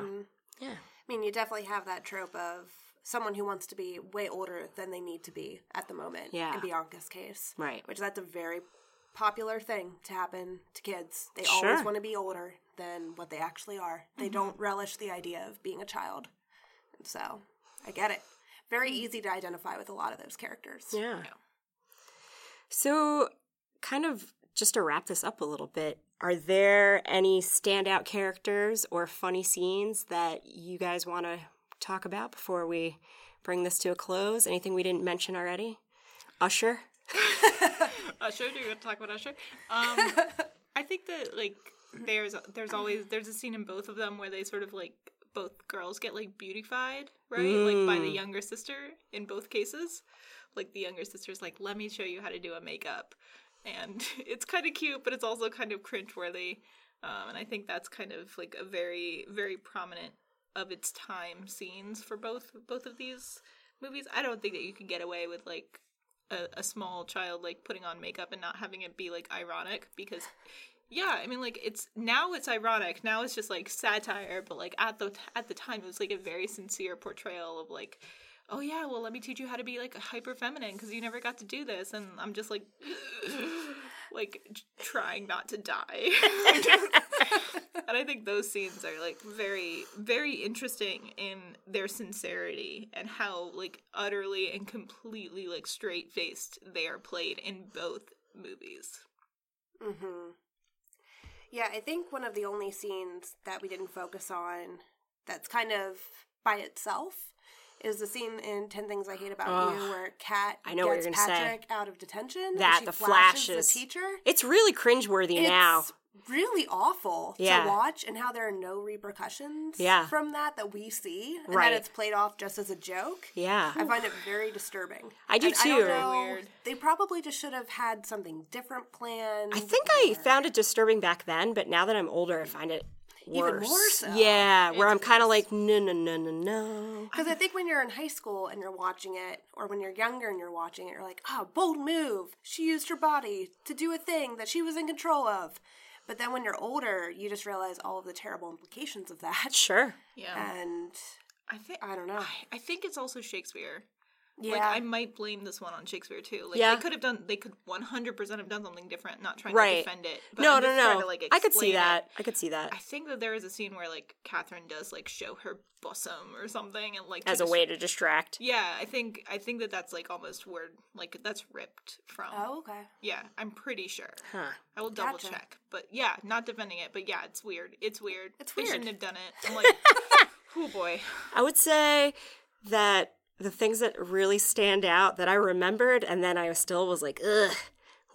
[SPEAKER 1] yeah.
[SPEAKER 2] I mean, you definitely have that trope of someone who wants to be way older than they need to be at the moment.
[SPEAKER 1] Yeah.
[SPEAKER 2] In Bianca's case.
[SPEAKER 1] Right.
[SPEAKER 2] Which that's a very popular thing to happen to kids. They
[SPEAKER 1] Sure. Mm-hmm.
[SPEAKER 2] always want to be older than what they actually are. They don't relish the idea of being a child. And so I get it. Very easy to identify with a lot of those characters.
[SPEAKER 1] Mm. Yeah. So, kind of just to wrap this up a little bit, are there any standout characters or funny scenes that you guys want to talk about before we bring this to a close? Anything we didn't mention already? Usher?
[SPEAKER 3] Usher, do you want to talk about Usher? Um, I think that like there's there's always there's a scene in both of them where they sort of like both girls get like beautified, right? Like by the younger sister in both cases. Like the younger sister's like, "Let me show you how to do a makeup," and it's kind of cute, but it's also kind of cringeworthy. Um, and I think that's kind of like a very very prominent of its time scenes for both both of these movies. I don't think that you can get away with like a, a small child like putting on makeup and not having it be like ironic because yeah i mean like it's now it's ironic now it's just like satire but like at the at the time it was like a very sincere portrayal of like oh yeah well let me teach you how to be like hyper feminine because you never got to do this and i'm just like like j- trying not to die and i think those scenes are like very very interesting in their sincerity and how like utterly and completely like straight faced they are played in both movies
[SPEAKER 2] hmm Yeah, I think one of the only scenes that we didn't focus on that's kind of by itself is the scene in Ten Things I Hate About You where Kat
[SPEAKER 1] I know what
[SPEAKER 2] gets
[SPEAKER 1] you're gonna say.
[SPEAKER 2] Patrick out of detention. and
[SPEAKER 1] That,
[SPEAKER 2] she
[SPEAKER 1] the
[SPEAKER 2] flashes
[SPEAKER 1] flashes.
[SPEAKER 2] the teacher.
[SPEAKER 1] It's really cringeworthy now.
[SPEAKER 2] It's really awful
[SPEAKER 1] Yeah.
[SPEAKER 2] to watch and how there are no repercussions
[SPEAKER 1] Yeah.
[SPEAKER 2] from that that we see and
[SPEAKER 1] Right.
[SPEAKER 2] that it's played off just as a joke.
[SPEAKER 1] Yeah.
[SPEAKER 2] I find it very disturbing.
[SPEAKER 1] I do
[SPEAKER 2] And I don't
[SPEAKER 1] too.
[SPEAKER 2] know,
[SPEAKER 3] Weird.
[SPEAKER 2] They probably just should have had something different planned.
[SPEAKER 1] I think I found it disturbing back then, but now that I'm older, I find it
[SPEAKER 2] Even
[SPEAKER 1] worse.
[SPEAKER 2] more so.
[SPEAKER 1] Yeah, where I'm kind of like, no, no, no, no, no.
[SPEAKER 2] Because I think when you're in high school and you're watching it, or when you're younger and you're watching it, you're like, oh, bold move. She used her body to do a thing that she was in control of. But then when you're older, you just realize all of the terrible implications of that.
[SPEAKER 1] Sure.
[SPEAKER 3] Yeah.
[SPEAKER 2] And
[SPEAKER 3] I think
[SPEAKER 2] I don't know.
[SPEAKER 3] I think it's also Shakespeare.
[SPEAKER 2] Yeah.
[SPEAKER 3] Like I might blame this one on Shakespeare too. Like
[SPEAKER 1] Yeah.
[SPEAKER 3] they could have done they could 100% have done something different, not trying
[SPEAKER 1] Right.
[SPEAKER 3] to defend it. But
[SPEAKER 1] no,
[SPEAKER 3] I'm
[SPEAKER 1] no,
[SPEAKER 3] just
[SPEAKER 1] no.
[SPEAKER 3] trying to, like,
[SPEAKER 1] I could see
[SPEAKER 3] explain it.
[SPEAKER 1] that. I could see that
[SPEAKER 3] I think that there is a scene where like Catherine does like show her bosom or something and like to
[SPEAKER 1] as a
[SPEAKER 3] dis-
[SPEAKER 1] way to distract.
[SPEAKER 3] Yeah, I think I think that that's like almost word like that's ripped from.
[SPEAKER 2] oh, okay.
[SPEAKER 3] Yeah, I'm pretty sure.
[SPEAKER 1] Huh.
[SPEAKER 3] I will double
[SPEAKER 2] Gotcha.
[SPEAKER 3] check. But yeah, not defending it, but yeah, it's weird. It's weird.
[SPEAKER 2] It's
[SPEAKER 3] They
[SPEAKER 2] weird.
[SPEAKER 3] shouldn't have done it. I'm like, oh boy.
[SPEAKER 1] I would say that the things that really stand out that I remembered and then I still was like, ugh,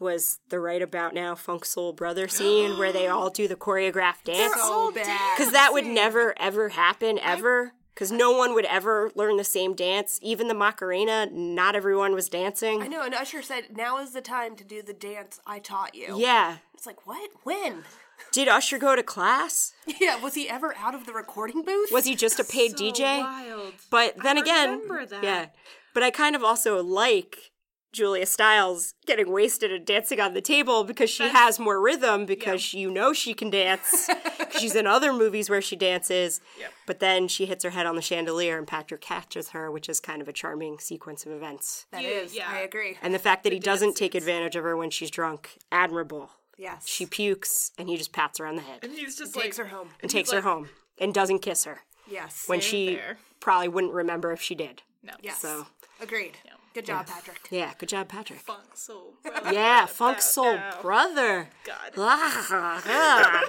[SPEAKER 1] was the right about now Funk Soul Brother scene where they all do the choreographed dance.
[SPEAKER 2] So bad.
[SPEAKER 1] Because that would never, ever happen, ever. Because no one would ever learn the same dance. Even the Macarena, not everyone was
[SPEAKER 2] I
[SPEAKER 1] dancing.
[SPEAKER 2] know, and Usher said, now is the time to do the dance I taught you.
[SPEAKER 1] Yeah.
[SPEAKER 2] It's like, what? When?
[SPEAKER 1] Did Usher go to class?
[SPEAKER 2] yeah, was he ever out of the recording booth?
[SPEAKER 1] Was he just a paid
[SPEAKER 3] So
[SPEAKER 1] DJ?
[SPEAKER 3] Wild.
[SPEAKER 1] But then again,
[SPEAKER 3] remember that.
[SPEAKER 1] yeah. But I kind of also like Julia Stiles getting wasted and dancing on the table because she has more rhythm because you know she can dance. She's in other movies where she dances, but then she hits her head on the chandelier and Patrick catches her, which is kind of a charming sequence of events.
[SPEAKER 2] That
[SPEAKER 3] Yeah,
[SPEAKER 2] is,
[SPEAKER 3] yeah.
[SPEAKER 2] I agree.
[SPEAKER 1] And the fact that he doesn't take advantage of her when she's drunk, admirable.
[SPEAKER 2] Yes.
[SPEAKER 1] She pukes and he just pats her on the head
[SPEAKER 3] And he's just
[SPEAKER 2] takes
[SPEAKER 3] like,
[SPEAKER 2] her home.
[SPEAKER 1] and takes her home and doesn't kiss her
[SPEAKER 2] Yes.
[SPEAKER 1] when she
[SPEAKER 3] there.
[SPEAKER 1] probably wouldn't remember if she did.
[SPEAKER 3] no.
[SPEAKER 2] yes.
[SPEAKER 1] so-
[SPEAKER 2] Agreed. Good job, Patrick.
[SPEAKER 1] Yeah, good job, Patrick.
[SPEAKER 3] Funk soul.
[SPEAKER 1] Yeah, funk soul brother.
[SPEAKER 3] God.
[SPEAKER 1] Ah,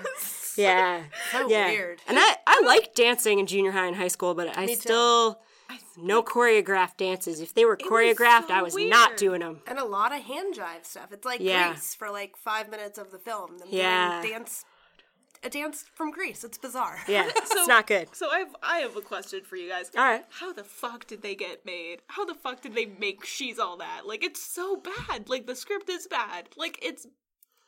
[SPEAKER 1] yeah,
[SPEAKER 2] So
[SPEAKER 1] yeah.
[SPEAKER 2] weird.
[SPEAKER 1] And I, I like dancing in junior high and high school, but I still no choreographed dances. If they were choreographed,
[SPEAKER 3] so
[SPEAKER 1] I was not
[SPEAKER 3] weird.
[SPEAKER 1] doing them.
[SPEAKER 2] And a lot of hand jive stuff. It's like
[SPEAKER 1] Yeah.
[SPEAKER 2] Grease for like five minutes of the film. Them
[SPEAKER 1] Yeah.
[SPEAKER 2] doing dance, a dance from Grease. It's bizarre.
[SPEAKER 1] Yeah, it's not good.
[SPEAKER 3] So I have I have a question for you guys.
[SPEAKER 1] All right.
[SPEAKER 3] How the fuck did they get made? How the fuck did they make she's all that? Like it's so bad. Like the script is bad. Like it's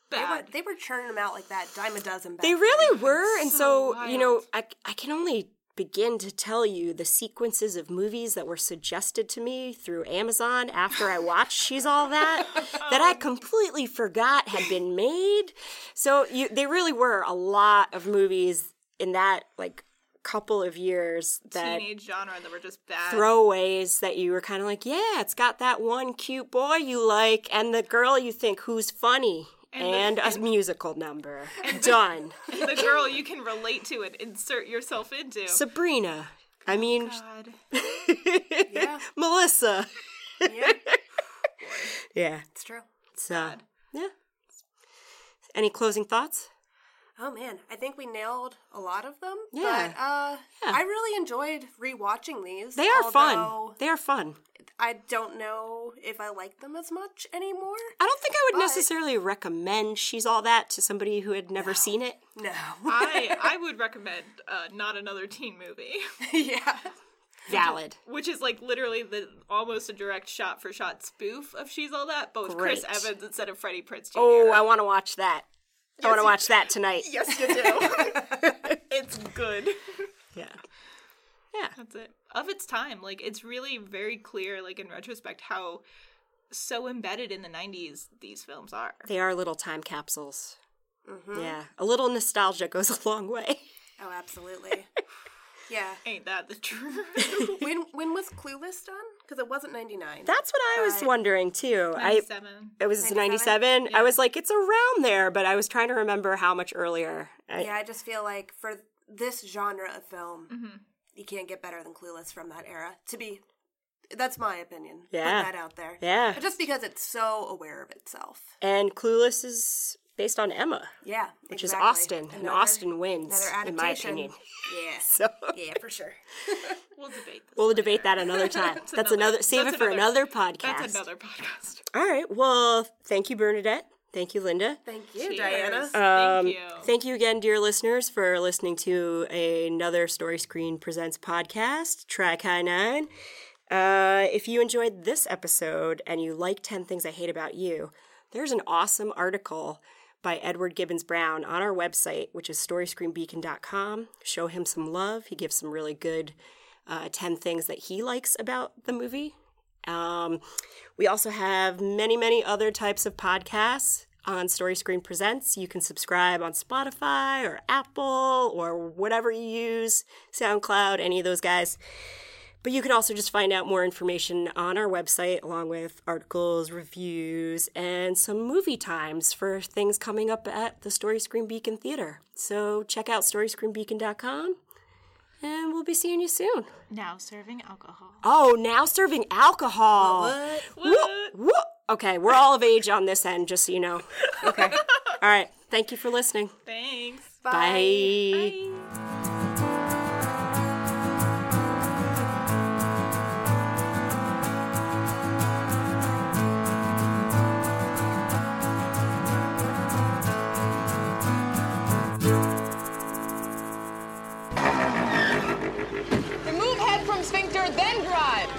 [SPEAKER 2] They
[SPEAKER 3] bad.
[SPEAKER 2] were, they were churning them out like that, dime a dozen. Back
[SPEAKER 1] They
[SPEAKER 2] then.
[SPEAKER 1] really were, and so,
[SPEAKER 3] so
[SPEAKER 1] you know,
[SPEAKER 3] wild.
[SPEAKER 1] I, I can only begin to tell you the sequences of movies that were suggested to me through Amazon after I watched She's All That that I completely forgot had been made. So you, they really were a lot of movies in that like couple of years that
[SPEAKER 3] Teenage genre that were just bad.
[SPEAKER 1] throwaways that you were kind of like, yeah, it's got that one cute boy you like and the girl you think who's funny. And,
[SPEAKER 3] And the-
[SPEAKER 1] a musical number. Done.
[SPEAKER 3] the girl you can relate to and insert yourself into.
[SPEAKER 1] Sabrina. I mean,
[SPEAKER 3] God.
[SPEAKER 2] Yeah.
[SPEAKER 1] Melissa.
[SPEAKER 2] Yeah.
[SPEAKER 1] Yeah.
[SPEAKER 2] It's true.
[SPEAKER 1] So, yeah. Any closing thoughts?
[SPEAKER 2] Oh man, I think we nailed a lot of them.
[SPEAKER 1] Yeah.
[SPEAKER 2] But uh, I really enjoyed rewatching these.
[SPEAKER 1] They are
[SPEAKER 2] although
[SPEAKER 1] fun. They are fun.
[SPEAKER 2] I don't know if I like them as much anymore.
[SPEAKER 1] I don't think I would
[SPEAKER 2] But-
[SPEAKER 1] necessarily recommend She's All That to somebody who had never seen it.
[SPEAKER 2] No.
[SPEAKER 3] I I would recommend uh, not another teen movie,
[SPEAKER 2] yeah.
[SPEAKER 1] Valid.
[SPEAKER 3] which is like literally the almost a direct shot for shot spoof of She's All That, but with
[SPEAKER 1] Great.
[SPEAKER 3] Chris Evans instead of Freddie Prinze Jr.
[SPEAKER 1] Oh, I want to watch that. I want to watch that tonight.
[SPEAKER 3] yes, you do. it's good.
[SPEAKER 1] Yeah. Yeah.
[SPEAKER 3] That's it. Of its time, like it's really very clear, like in retrospect, how so embedded in the '90s these films are.
[SPEAKER 1] They are little time capsules. Yeah. A little nostalgia goes a long way.
[SPEAKER 2] Oh, absolutely. yeah.
[SPEAKER 3] Ain't that the truth?
[SPEAKER 2] When when was Clueless done? Because it wasn't ninety nine.
[SPEAKER 1] That's what I was wondering too. I
[SPEAKER 3] Seven.
[SPEAKER 1] it was 97 i was like it's around there but i was trying to remember how much earlier I,
[SPEAKER 2] Yeah, I just feel like for this genre of film, you can't get better than Clueless from that era. To be, that's my opinion.
[SPEAKER 1] Yeah.
[SPEAKER 2] Put that out there.
[SPEAKER 1] Yeah.
[SPEAKER 2] But just because it's so aware of itself.
[SPEAKER 1] and clueless is based on emma
[SPEAKER 2] Yeah.
[SPEAKER 1] which
[SPEAKER 2] exactly.
[SPEAKER 1] is austin and
[SPEAKER 2] Another-
[SPEAKER 1] austin wins
[SPEAKER 2] Another
[SPEAKER 1] in my
[SPEAKER 2] adaptation.
[SPEAKER 1] opinion
[SPEAKER 2] Yeah.
[SPEAKER 1] so
[SPEAKER 2] Yeah, for sure.
[SPEAKER 3] We'll debate this.
[SPEAKER 1] we'll debate that another time that's, another, save
[SPEAKER 3] that's
[SPEAKER 1] it for another,
[SPEAKER 3] another-
[SPEAKER 1] podcast
[SPEAKER 3] That's another podcast.
[SPEAKER 1] all right well thank you bernadette Thank you, Linda.
[SPEAKER 2] Thank you,
[SPEAKER 3] Cheers.
[SPEAKER 2] Diana.
[SPEAKER 3] Thank you.
[SPEAKER 1] Thank you again, dear listeners, for listening to another Story Screen Presents podcast, Track High Nine. Uh, if you enjoyed this episode and you like 10 Things I Hate About You, there's an awesome article by Edward Gibbons Brown on our website, which is storyscreenbeacon.com. Show him some love. He gives some really good uh, 10 things that he likes about the movie. Um, we also have many, many other types of podcasts on Story Screen Presents. You can subscribe on Spotify or Apple or whatever you use, SoundCloud, any of those guys. But you can also just find out more information on our website, along with articles, reviews, and some movie times for things coming up at the Story Screen Beacon Theater. So check out storyscreenbeacon.com, and we'll be seeing you soon.
[SPEAKER 3] Now serving alcohol.
[SPEAKER 1] Oh, now serving alcohol.
[SPEAKER 2] What?
[SPEAKER 1] Whoop, whoop. Okay, we're all of age on this end, just so you know. Okay. all right. Thank you for listening.
[SPEAKER 3] Thanks.
[SPEAKER 1] Bye.
[SPEAKER 3] Bye.
[SPEAKER 4] Remove head from sphincter, then drive.